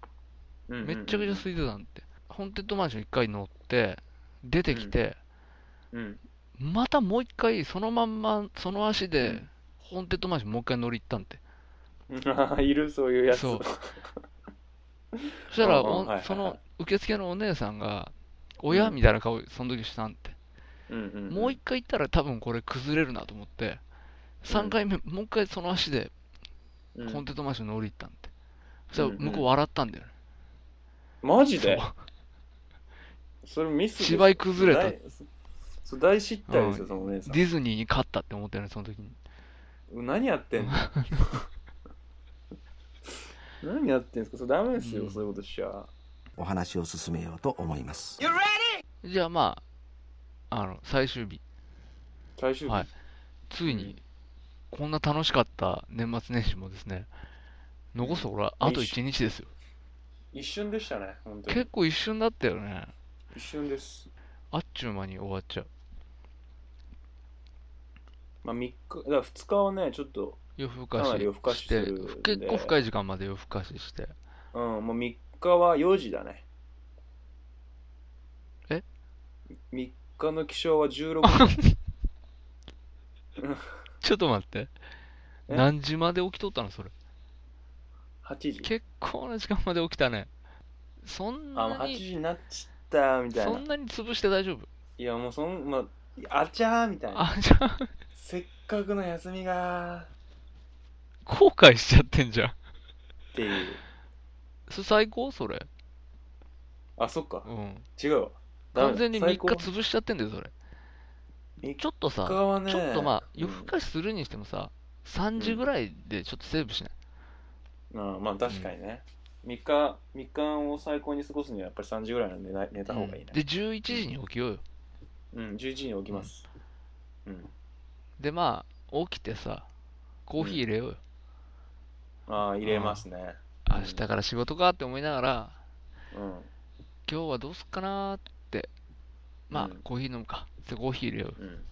うん。
めっちゃくちゃ空いてたんって。ホーンテッドマンション一回乗って、出てきて、
うん。
またもう一回、そのまんま、その足
う
で
ん、
ホーンテッドマンションもう一回乗り行ったんって。
あ あ、いる、そういうやつ。
そうそしたら、
うんうんはいはいは
お
い
その受付のお姉さんが、親みたいな顔、その時したんって。
うんうんん。
もう一回行ったら多分これ崩れるなと思って、3回目、もう一回その足で、
うん
ホーンテッドマンションに乗り行ったんって。そしたら、
うんうん
向こう笑ったんだよね。
マジで
そう
それミスです
芝居崩れた
大それ大失態ですよ、そのお姉さん
デ。ィズニーに勝ったって思ったよね、その時に。
何やって んの何やってんすかそれダメですよ、
うん
そういうことしちゃ。
お話を進めようと思います
じゃあまあ、あの、最終日、
最終日。
はいついに、こんな楽しかった年末年始もですね、残すと俺はあと1日ですよ。
一瞬でしたね、本当に
結。構一瞬だったよね。
一瞬です。
あっちゅう間に終わっちゃう。
まあ、3日、だから2日はね、ちょっと、
夜更か
かなり
し
夜更かし
し
して
て
るんで、
結構深い時間まで夜更かしして。
うん、もう3日は4時だね。
え
?3 日の起床は16時。
ちょっと待って。
え
何時まで起きとったのそれ。
8時。
結構な時間まで起きたね。そん
あ、もう
な
8
に、
時になっちった、みたい
そ
な。
んなに潰して大丈夫
いや、もうそん、まあ、あちゃーみたいな。
あ、じゃあ、
せっかくの休みがーっ
後悔しちゃってんじゃん。
ていう。
それ最高それ。
あ、そっか
う。ん。
違うわ。
完全に3日
つ
潰しちゃってんだよ、それ。ちょっとさ、
はね、
ちょっとまあ、
うん
夜更かしするにしてもさ、3時ぐらいでちょっとセーブしない。
うん、まあ確かにね。3日、3日を最高に過ごすにはやっぱり3時ぐらいの寝ない寝た方がいいね。
で、11時に起きようよ。
うん、11時に起きます。うん。
で、まあ、起きてさ、コーヒー入れようよ。
ああ、入れますね。うん
明日から仕事かって思いながら、
うん。
今日はどうすっかなーって。まあ、
うん
コーヒー飲むか。で、コーヒー入れようよ。
うん。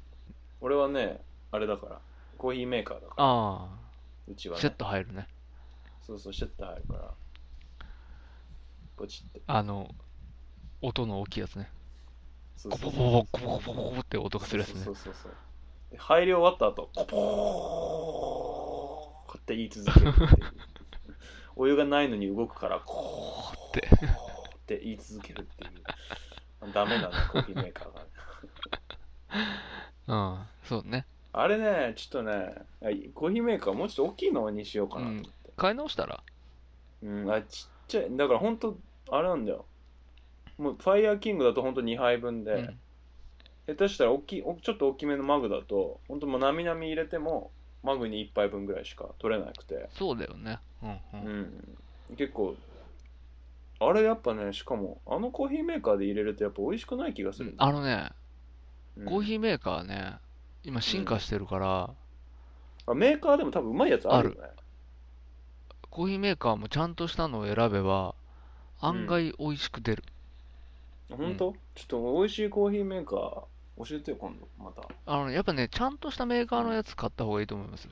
俺はね、あれだから、コーヒーメーカーだから、
あ
うち
あ、
は
セッ
ね。
ト入るね。
そうそう、シェッター入るから。ポチって。
あの、音の大きいやつね。
そう
コ
そ
ポ
う
コ
そう
ポコポコポコポって音がするやつね
そ。うそうそうそうで入り終わった後コポーって言い続けるっていうお湯がないのに動くからコーってって言い続けるっていうダメだねコーヒーメーカーがね
うん、そうね。
あれねちょっとねコーヒーメーカーもうちょっと大きいのにしようかなと思って、
買い直したら
うんあちっちゃいだから本当あれなんだよもうファイヤーキングだと本当2杯分で、
うん
下手したら大きいおちょっと大きめのマグだと本当もうなみなみ入れてもマグに1杯分ぐらいしか取れなくて
そうだよね。うんう。
うんん結構あれやっぱねしかもあのコーヒーメーカーで入れるとやっぱ美味しくない気がする、
あのね、
うん
コーヒーメーカーね、今進化してるから、
あメーカーでも多分うまいやつあるよね
コーヒーメーカーもちゃんとしたのを選べば、案外美味しく出る。
本当、ちょっと美味しいコーヒーメーカー教えてよ今度また
あのねやっぱね、ちゃんとしたメーカーのやつ買った方がいいと思います。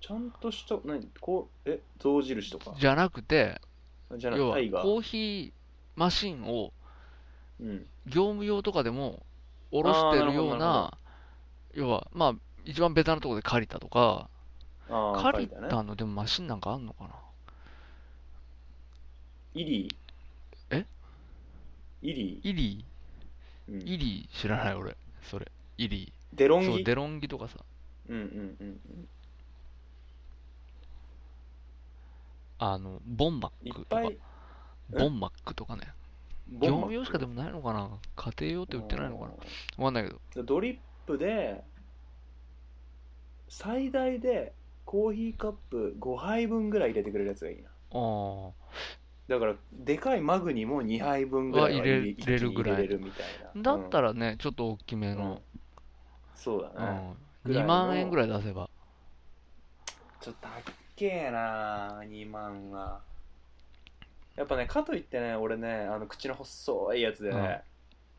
ちゃんとした何こうえ象印とか
じゃなくて、
じゃなく
要
て
は
タイガー
コーヒーマシンを
うん
業務用とかでもおろしてるような、要は、まあ、一番ベタなところで借りたとか、
あー
借り
タイガーね
たのでもマシンなんかあんのかな
イリー
え
イリ
イリ
ー、うん
ーイリー知らない俺、それ。イリー。
デロン
そう、
ギ
デロンギとかさ、
うんうんうんうん
あの、ボンマ
い
ック
っ
と
ぱ
か、
い
ボンマックとかね、業
ボンマ
務用しかでもないのかな、家庭用って売ってないのかな、わかんないけど、
なドリップで最大でコーヒーカップ5杯分ぐらい入れてくれるやつがいいな
ああ。
だからでかいマグにも2杯分ぐらいは
は入れ
一気に
入れるぐらい
入れれるみたいな
だった
ら、
らね、ちょっと大きめの、
そう
う
だね、
ん
ぐらい
2
の
万円ぐらい出せば。
ちょっと高っけえな2万はやっぱねかといってね俺ねあの口の細いやつでね、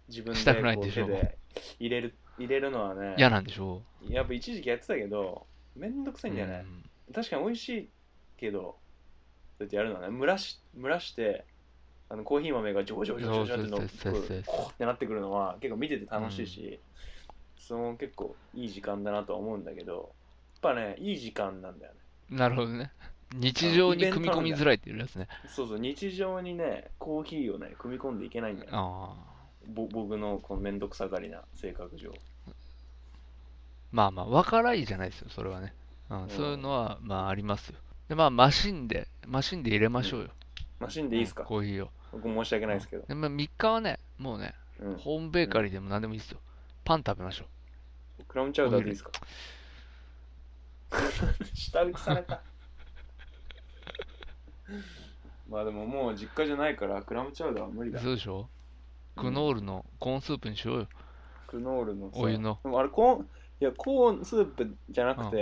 自分
したくな
で
いんで
こう
し
手
ょ
で入れる入れるのはね
嫌なんでしょ
やっぱ一時期やってたけどめんどくさ
う
いんだよね、
ん
確かに美味しいけどそうやってやるのはね蒸らし蒸らしてあのコーヒー豆がジョボジョボジョボジョボジョボって
そうそうそうそうそう
こうこうってなってくるのは結構見てて楽しいし、その結構いい時間だなとは思うんだけどやっぱねいい時間なんだよね
なるほどね。日常に組み込みづらいっていうやつね。
そうそう日常にねコーヒーをね組み込んでいけないんだよ、
ああ。
ぼ僕のこの面倒くさがりな性格上
まあまあ、わからいじゃないですよ、それはね。うん、そういうのは、まあ、ありますよ。で、まあ、マシンで、マシンで入れましょうよ。
マシンでいいですか、
コーヒーを。
僕申し訳ないですけど、
で、まあ、3日はね、もうね、
うん、
ホームベーカリーでも何でもいいですよ。パン食べましょう。
クラウンチャウダーでいいですか 下打ちされたまあでももう実家じゃないからクラムチャウダーは無理だ
そうでしょグノールのコーンスープにしようよ。
クノールのさ
お湯の
でもあれコーンいやコーンスープじゃなくて、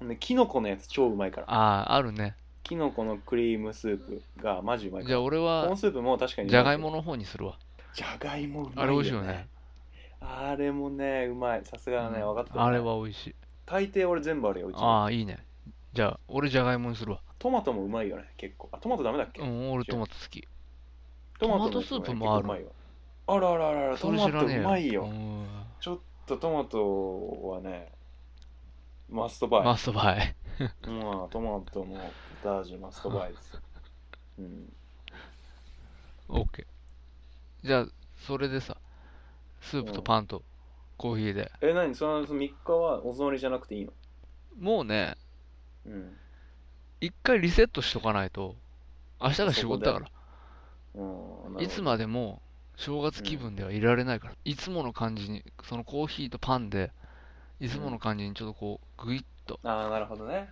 ねキノコのやつ超うまいから
ああ、あるね。
キノコのクリームスープがマジうまいか
じゃ
ら
あ、俺
コー
は
ン、スープも確かにうま
じゃがいも
の
の方にするわ。
じゃがいもうまい、
あれ美味しいよね。
あれもねうまいさすがね分かってるね
あれは美味しい。
大抵俺全部あるようち
ああ、いいね。じゃあ、俺、じゃがいもにするわ。
トマトもうまいよね結構あトマトダメだっけ
うん、俺、トマト好き。
トマト
トマトスープもある
のやつね結構うまいよあらあらあらあらト
それ
マ
知ら
トう
ねえ
まいよ、
うん
ちょっとトマトはねマストバイ、
マストバイ。
まあ、トマトのポタージュマストバイですよ、うん、
OK。じゃあ、それでさ、スープとパンとコーヒーで。
え何そのその3日はおつまりじゃなくていいの
もうね、
うん、
一回リセットしとかないと、明日が仕事だか
そ
ら。
うん、
いつまでも正月気分ではいられないから、いつもの感じに、そのコーヒーとパンで、いつもの感じにちょっとこう、ぐいっと、
ああーなるほどね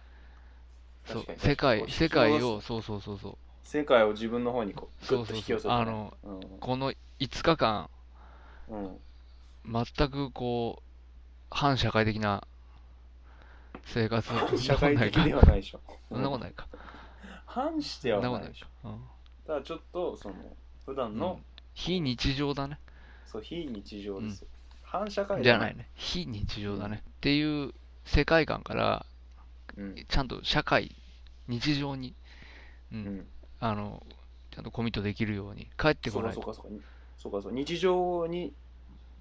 そ
確
う
かに
世界、世界
を
を、そうそうそうそう、
世界を自分の方にこうグ
そ
ッ
う
と
そう
引き寄せ
そ
て、
う、
ね、
あの、
うん
この5日間、
うん、
全くこう、反社会的な生活を、
社会的で
は
はないでしょ
そんなことないか。
反して
そ
は
んなこと
な
ないい
でしょ
か。うん
ただちょっとその普段
う
の
ん、非日常だね。
そう非日常ですよ、反社会
じゃない
ね、
ね。非日常だね。っていう世界観から、
うん
ちゃんと社会、日常に、う、
うんん、
あの、ちゃんとコミットできるように帰って
そ
こ
う
ない
かそう
と。
かそうかそうかそう日常に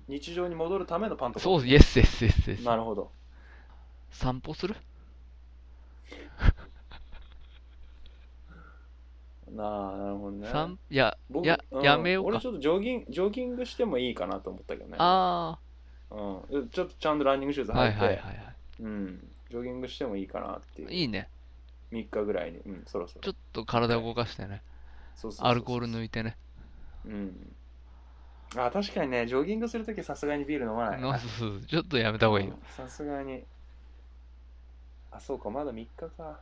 日常に戻るためのパンとか
そう、イエスイエスイエスイエス
な。るほど
散歩する
なあなるほどね
散いや、
僕
や
うん
やめよう
俺
か
ち。ょっとジョギンジョギングしてもいいかなと思ったけどね
あ
うん、ちょっとちゃんとランニングシューズ
あ、はい
履いて、
はいはいは
うん、ジョギングしてもいいかなっていう
い。いいね。
3日ぐらいに、うん、そろそろ
ちょっと体を動かしてね。
そうそうそうそう
アルコール抜いてね。
うんあ確かにねジョギングするときさすがにビール飲まない
の そうそうちょっとやめた方がいいよ。
さすがにあそうかまだ3日か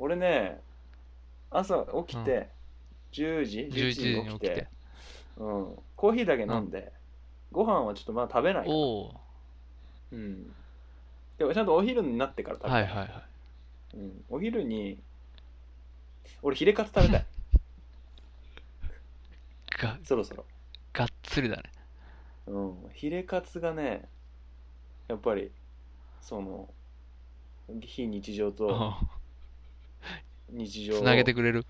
俺ね朝起きて、10時
11
11時
時
に
に
起
起
き
き
て
て。
うん、コーヒーだけ飲んで、ご飯はちょっとまだ食べないから
おお
うんでもちゃんとお昼になってから食べ
ー、
た、
はいいはいはい。
うん、お昼に俺ヒレカツ食べた い
が、
そろそろ、
がっつりだね。
うん、ヒレカツがねやっぱりその非日常
う
と
ん
日常を
つなげてくれる。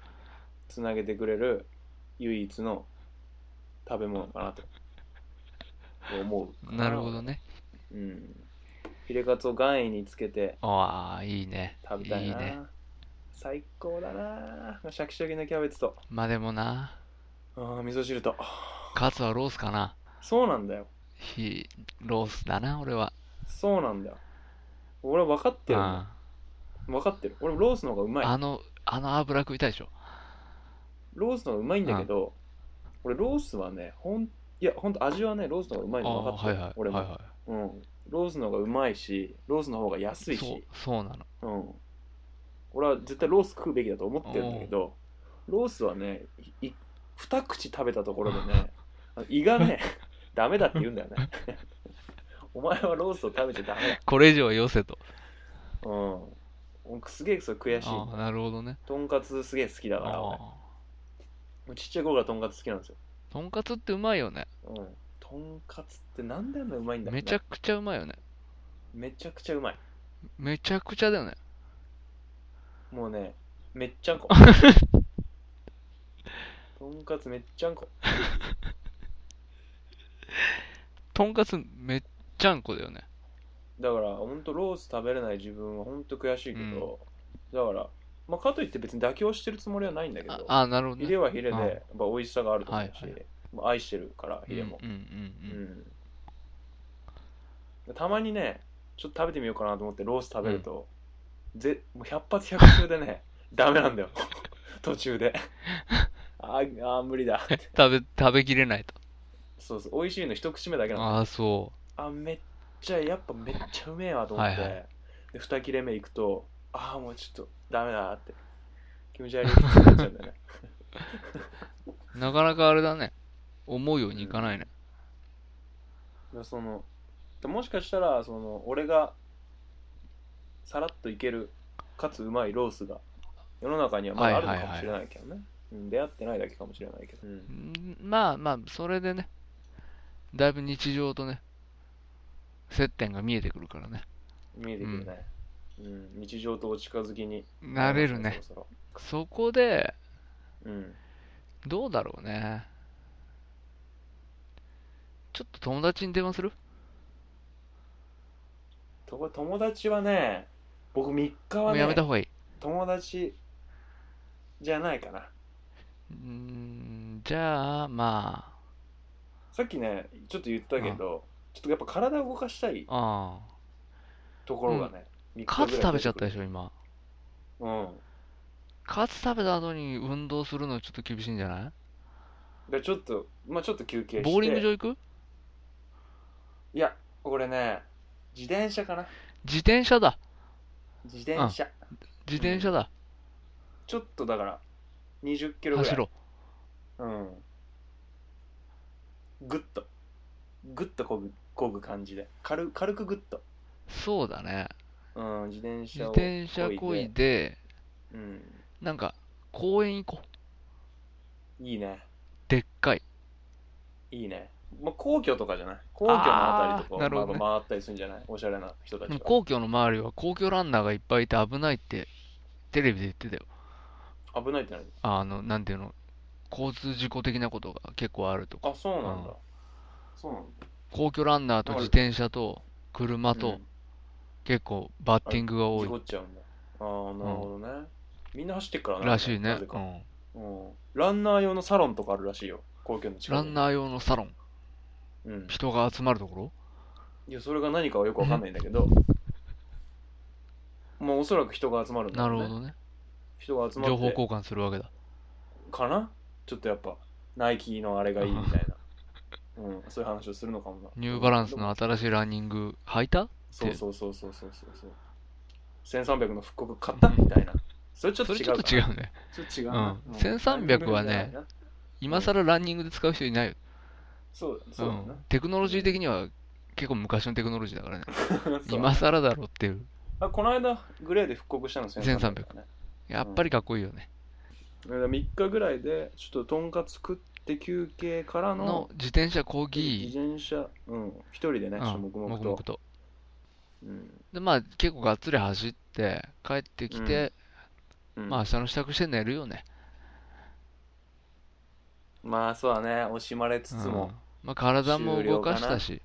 つなげてくれる唯一の食べ物かなと思うか
なるほど、ね。
うん、ヒレカツを岩塩につけて
ああ、いいね。
食べたいな
ね。
最高だなシャキシャキのキャベツと
まあでもな、
あー味噌汁と
カツはロースかな。
そうなんだよ
ひロースだな、俺は。
そうなんだよ俺は分かってるもん
あ
分かってる俺ロースの方がうまい
あの、あの油食いたいでしょ。
ロースの方がうまいんだけど俺ロースはねほんいやほんと味はねロースの方がうまい
あ
の
あ
分か
は
って
い
る
はい。
俺も、
はいはい
うんローズの方がうまいしローズの方が安い
そう
し、
そうなの。
うん、俺は絶対ロース食うべきだと思ってるんだけどロースはねいい二口食べたところでね胃 がねダメだって言うんだよね お前はロースを食べちゃダメだ
これ以上はよせと。
うん俺すげえそれ悔しい
ああ、なるほどね。
とんかつすげえ好きだから俺
ああ
もうちっちゃい頃からとんかつ好きなんですよ、
とんかつってうまいよね。
うん、とんかつってなんであんなうまいんだろう
め
ね
ちゃくちゃうまいよね。
めちゃくちゃうまい
めちゃくちゃだよね。
もうねめっ ちゃんことんかつめっちゃんこと
んかつめっちゃんこだよね。
だからほんとロース食べれない自分はほんと悔しいけど、だから、まあ、かといって別に妥協してるつもりはないんだけ
あ
ど
あー、なるほど
ヒ
ね。
レはヒレで
うん
やっぱ美味しさがあると思うし、
はいは
まあ愛してるからヒレも、
うんうん
う
うんうん。
んたまにねちょっと食べてみようかなと思ってロース食べると、ぜもう100発100中でね ダメなんだよ途 中であーあー無理だって
食べ、食べきれないと。
そうそう美味しいの一口目だけなんだ
ああ、そ
あめっちゃやっぱめっちゃうめえわと思って、
はいはい
で2切れ目いくとああもうちょっとダメだなって気持ち悪いってなっちゃうんだよね
う。なかなかあれだね。思うようにいかないね。
でもそのもしかしたらその俺がさらっといけるかつうまいロースが世の中にはまだあるのかもしれないけどね、うん出会ってないだけかもしれないけど、
うんまあまあ、それでね、だいぶ日常とね、接点が見えてくるからね。
見えてくるね、うん日常とお近づきに
なれるね。
そろ
そこで、
そろうん
どうだろうね。ちょっと友達に電話する
とこ友達はね僕3日
も
は
う
ね
やめた方がいい。
友達じゃないかな
うーん、じゃあ、ま
さっきねちょっと言ったけどちょっとやっぱ体を動かしたい
あ、あ
ところがね、
あ。カツ食べちゃったで
し
しょ、今。
ょうん
カツ食べた後に運動するのちょっと厳しいんじゃな
でちょっとまあちょっと休憩
い
して
ボーリング場行く
いや俺ね自転車かな
自転車だ。
自転車
自転車だ。
ちょっとだから20キロぐら
走
い
ろ
うんグッとグッとこぐこぐ感じで軽軽くグッと、
う。そうだね。
うん、自転
自
車を
転車こいで、
うん、
なんか、公園行こう。
いいね
でっかい。
いいね。まあ、皇居とかじゃない皇居のあたりと
あー
か、
なるほどね
まあ、回ったりするんじゃないおしゃれな人たち
でも
が。
皇居の周りは皇居ランナーがいっぱいいて危ないって、テレビで言ってたよ。
危ないってない
あの、なんていうの、交通事故的なことが結構あるとか。
あ、そうなん
う
だ
ん。
そうなんだ。
皇居ランナーと自転車と車
う
と
ん
結構バッティングが多
事
い
故っちゃうんだ。ああ、なるほどね。みんな走ってっからな
らしい
な
ね
ぜ。か
うん。
うん。ランナー用のサロンとかあるらしいよ。皇居の近く
ラ
に
ンナー用のサロン、
うん。
人が集まるところ
いや、それが何かはよくわかんないんだ けど、もうおそらく人が集まるんだ
な
ろう
る
ね
ほどね。
人が集ま
情報
って
交換するわけだ。
かなちょっとやっぱ、ナイキのあれがいいみたい な。うん、そういう話をするのかもな。
ニューバランスの新しいランニング履いた
そうそうそうそうそうそうそう。1300の復刻買ったみたいな。それちょっ
それ
と違う
ちょっと違
う。
うね。
ちょっと違うな。
うん
うん
1300はね。今更ランニングで使う人いないよ。
そうだ、
う
そうだ
ん。テクノロジー的には結構昔のテクノロジーだからね。
な。そう
今更だろっていう。
あこの間、グレーで復刻したの1300、だね。
やっぱりかっこいいよね。
3日ぐらいで、ちょっととんかつ食って休憩からの
の自転車講義、
自転車、うん、一人で
う
ね、
ん
ちょっと黙々と。
と。
うん
で、まあ結構がっつり走って、帰ってきて、
うん
まあ明日の支度して寝るよね。
まあ、そうだね、惜しまれつつ
うん
も、
まあ体も動かしたし、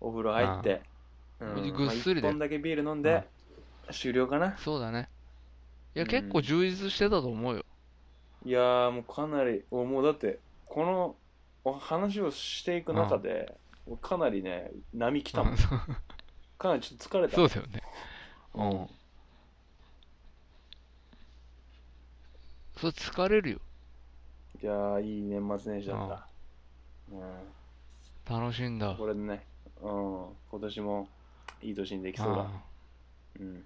お風呂入って、
ん
うん
ぐっすりで
まあ一本だけビール飲んで、終了かな。
そうだね。いや、
うん
結構充実してたと思うよ。
いやーもうかなりおもうだってこのお話をしていく中で、もうかなりね波来たもん、
うんそう
かなりちょっと疲れた
そうだよね。
うん
それ疲れるよ。
いやーいい年末年始だった、うん
楽しいんだ。
これでねうん、今年もいい年にできそうだ。
あ
うん。っ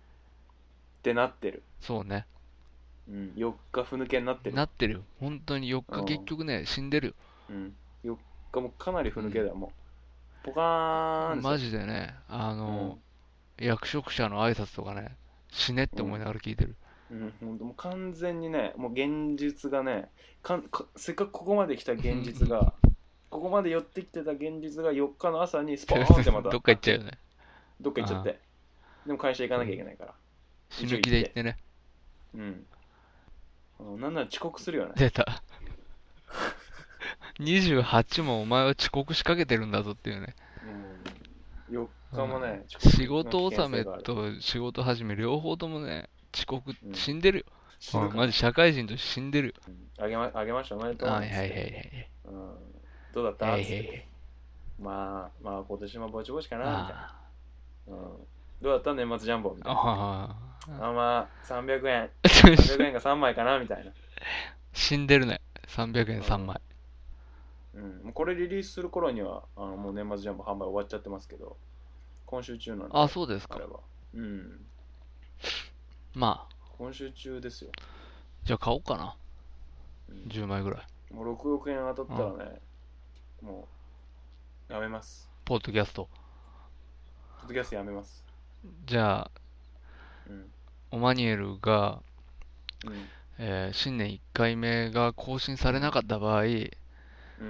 てなってる。
ーそうね。
うん。4日ふぬけになってる。
なってるよ。本当に4
う
日
ん
結局ね、死んでるよ。
うん。4日もかなりふぬけだよ、もう。ポカーンですよ
マジでね、あの、役職者の挨拶とかね、死ねって思いながら聞いてる。
うん、ほんともう完全にね、もう現実がね、かんかせっかくここまで来た現実が、ここまで寄ってきてた現実が4日の朝にスポーンってま た
どっか行っちゃうよね。
どっか行っちゃって。でも会社行かなきゃいけないから。
死ぬ気で行ってね。
うん。あのなんなら遅刻するよね。
出 た。28もお前は遅刻しかけてるんだぞっていうね。
うん、4日もね、遅刻
仕事納め
の危険性がある
と仕事始め両方ともね、遅刻
う、ん
死んでるよ。
死ぬか
マジ社会人として死んでるよ。
うんあげまあげました、おめでとう。
はいはいはいはい。
うん、どうだった
は
っ
い
つっ
は
て
いはい。
まあ、まあ、今年もぼちぼちかな、みたいな。
あ
うん、どうだった年末ジャンボみ
あ
たいな。
ああ。
あまあ、300 円、
あ
300円が3枚かな、みたいな。
死んでるね。300円3枚。
うん、もうこれリリースする頃には、あのもう年末ジャンボ販売終わっちゃってますけど、今週中なんで、
あ、そうです
あ
か
れ。は。うん、
まあ、
今週中ですよ。
じゃあ買おうかな。
うん
10枚ぐらい。
もう6億円当たったらね、もう、やめます。
ポッドキャスト。
ポッドキャストやめます。
じゃあ、
うん。
オマニエルが、
うん。
えー新年1回目が更新されなかった場合、年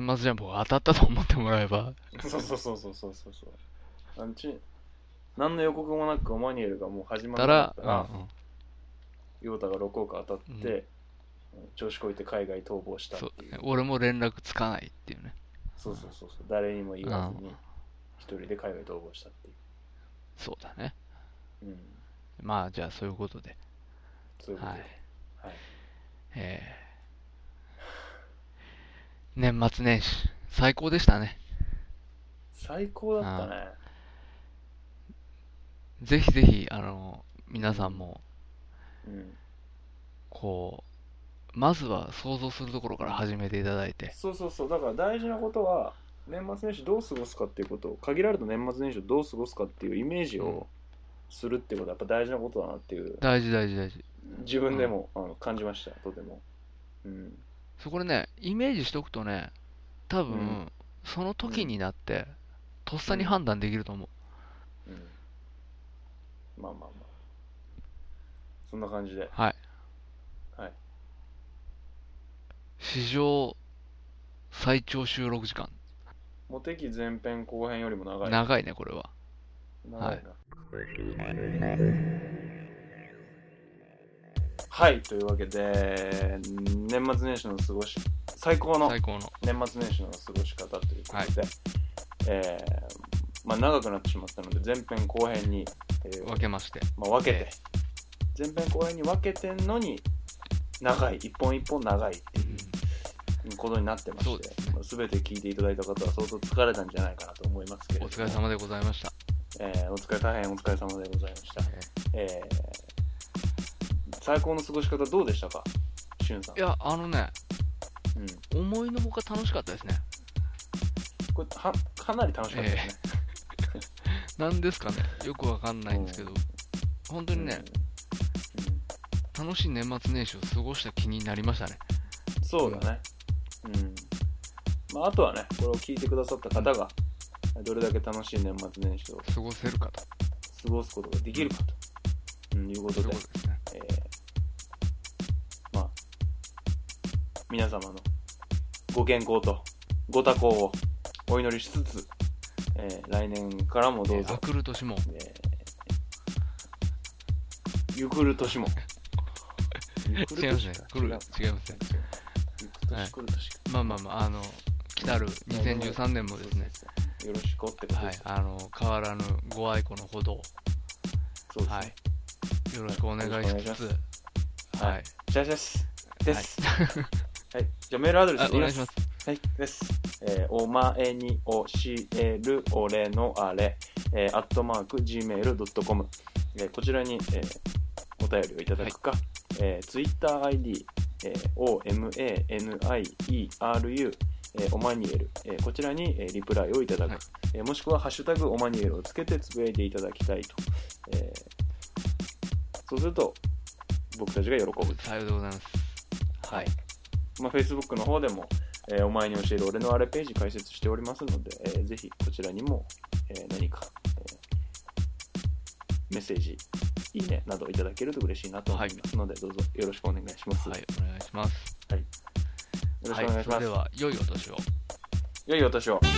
う
末
ん。
ジャンボが当たったと思ってもらえば、
そうそうそうそうそうそうそう。あのち何の予告もなくオマニエルがもう始ま
た
った
ら、
ら、
うんうん
ヨータが6億当たって、調子こいて海外逃亡したって
そ
いうう。
俺も連絡つかないっていうね。
そうそうそうそう。誰にも言わず
う
に
ん、
一人で海外逃亡したってい
そうだね。
う。うん。
まあ、じゃあそういうことで。
そういうこ
は
と
い
で。はい。
えー年末年始、最高でしたね。
最高だったね。
ぜひぜひ、あの、皆さんも、
うん。
こう、まずは想像するところから始めていただいて、
そうそうそう。だから大事なことは、年末年始どう過ごすかっていうことを、限られた年末年始をどう過ごすかっていうイメージ
うん
をするってことはやっぱ大事なことだなっていう、
大事大事大事。
自分でも、あの感じました、とても。うん。
そこでね、イメージしとくとね、多分、
うん
その時になって、とっさに判断できると思う。
うん。まあまあまあ。そんな感じで。
はい。
はい。
史上最長収録時間。
モテ期前編後編よりも長い。
長いね、これは。
長い
は
な。はい、というわけで、年末年始の過ごし、最高の
最高の。
年末年始の過ごし方ということで、えーまあ、長くなってしまったので、前編後編に、えー
分けまして。
まあ、分けて、前編後編に分けてんのに、長い、一本一本長いっていうことになってま
そう
し
で
て
すね、
まあ全て聞いていただいた方は相当疲れたんじゃないかなと思いますけれ
お
ども
疲れ様でございました。
えーお疲れ大変お疲れ様でございました、えー最高の過ごし方どうでしたかしゅんさん
いや、あのね、
うん、
思いのほか楽しかったですね。
これはかなり楽しかったですね、
なんですかね、よくわかんないんですけど、本当にね、楽しい年末年始を過ごした気になりましたね。
うんそうだねうん、まあ、あとはねこれを聞いてくださった方がどれだけ楽しい年末年始を過
過ごせるかと。
ごすことができるかと、うんいうこ
そう
と
いう
で
ことですね。
えーまあ皆様のご健康とご多幸をお祈りしつつ、えー来年からもどう
えーあ
ぞ、
くる年も、
えーゆくる年も ゆく
違いますね
か。
くる、違い
違
うますね。
ゆく年くる年か
まあまあまあ、あの、来たる2013年もですね、
よろしくってこと
は
で
い
す、、
あの、変わらぬご愛顧のほどを、
そうですね
はい、よろしくお願いしつ
よろしくお願いし
つ、
は
はい、
いじゃあですです、はい、じゃあメールアドレス
あお願いします。
はい、です。えーお前に教える俺のあれ、えー、アットマーク gmail.com、えーこちらに、えーお便りをいただくか、えー、TwitterID、えー OMANIERU、えー、オマニエル、えーこちらに、えーリプライをいただく、
はい
えーもしくは「ハッシュタグオマニエル」をつけてつぶやいていただきたいと、えーそうすると僕たちが喜ぶと
さようでございます。
はい。まあ、Facebook の方でも、えーお前に教える俺のあれページ開設しておりますので、えーぜひこちらにも、えー何か、えーメッセージ、いいねなどいただけると嬉しいなと思いますので、どうぞよろしくお願いします。
はい、お願いします。
よろしくお願いし
はい、それ
ます。
では、良いお年を。
良いお年を。
「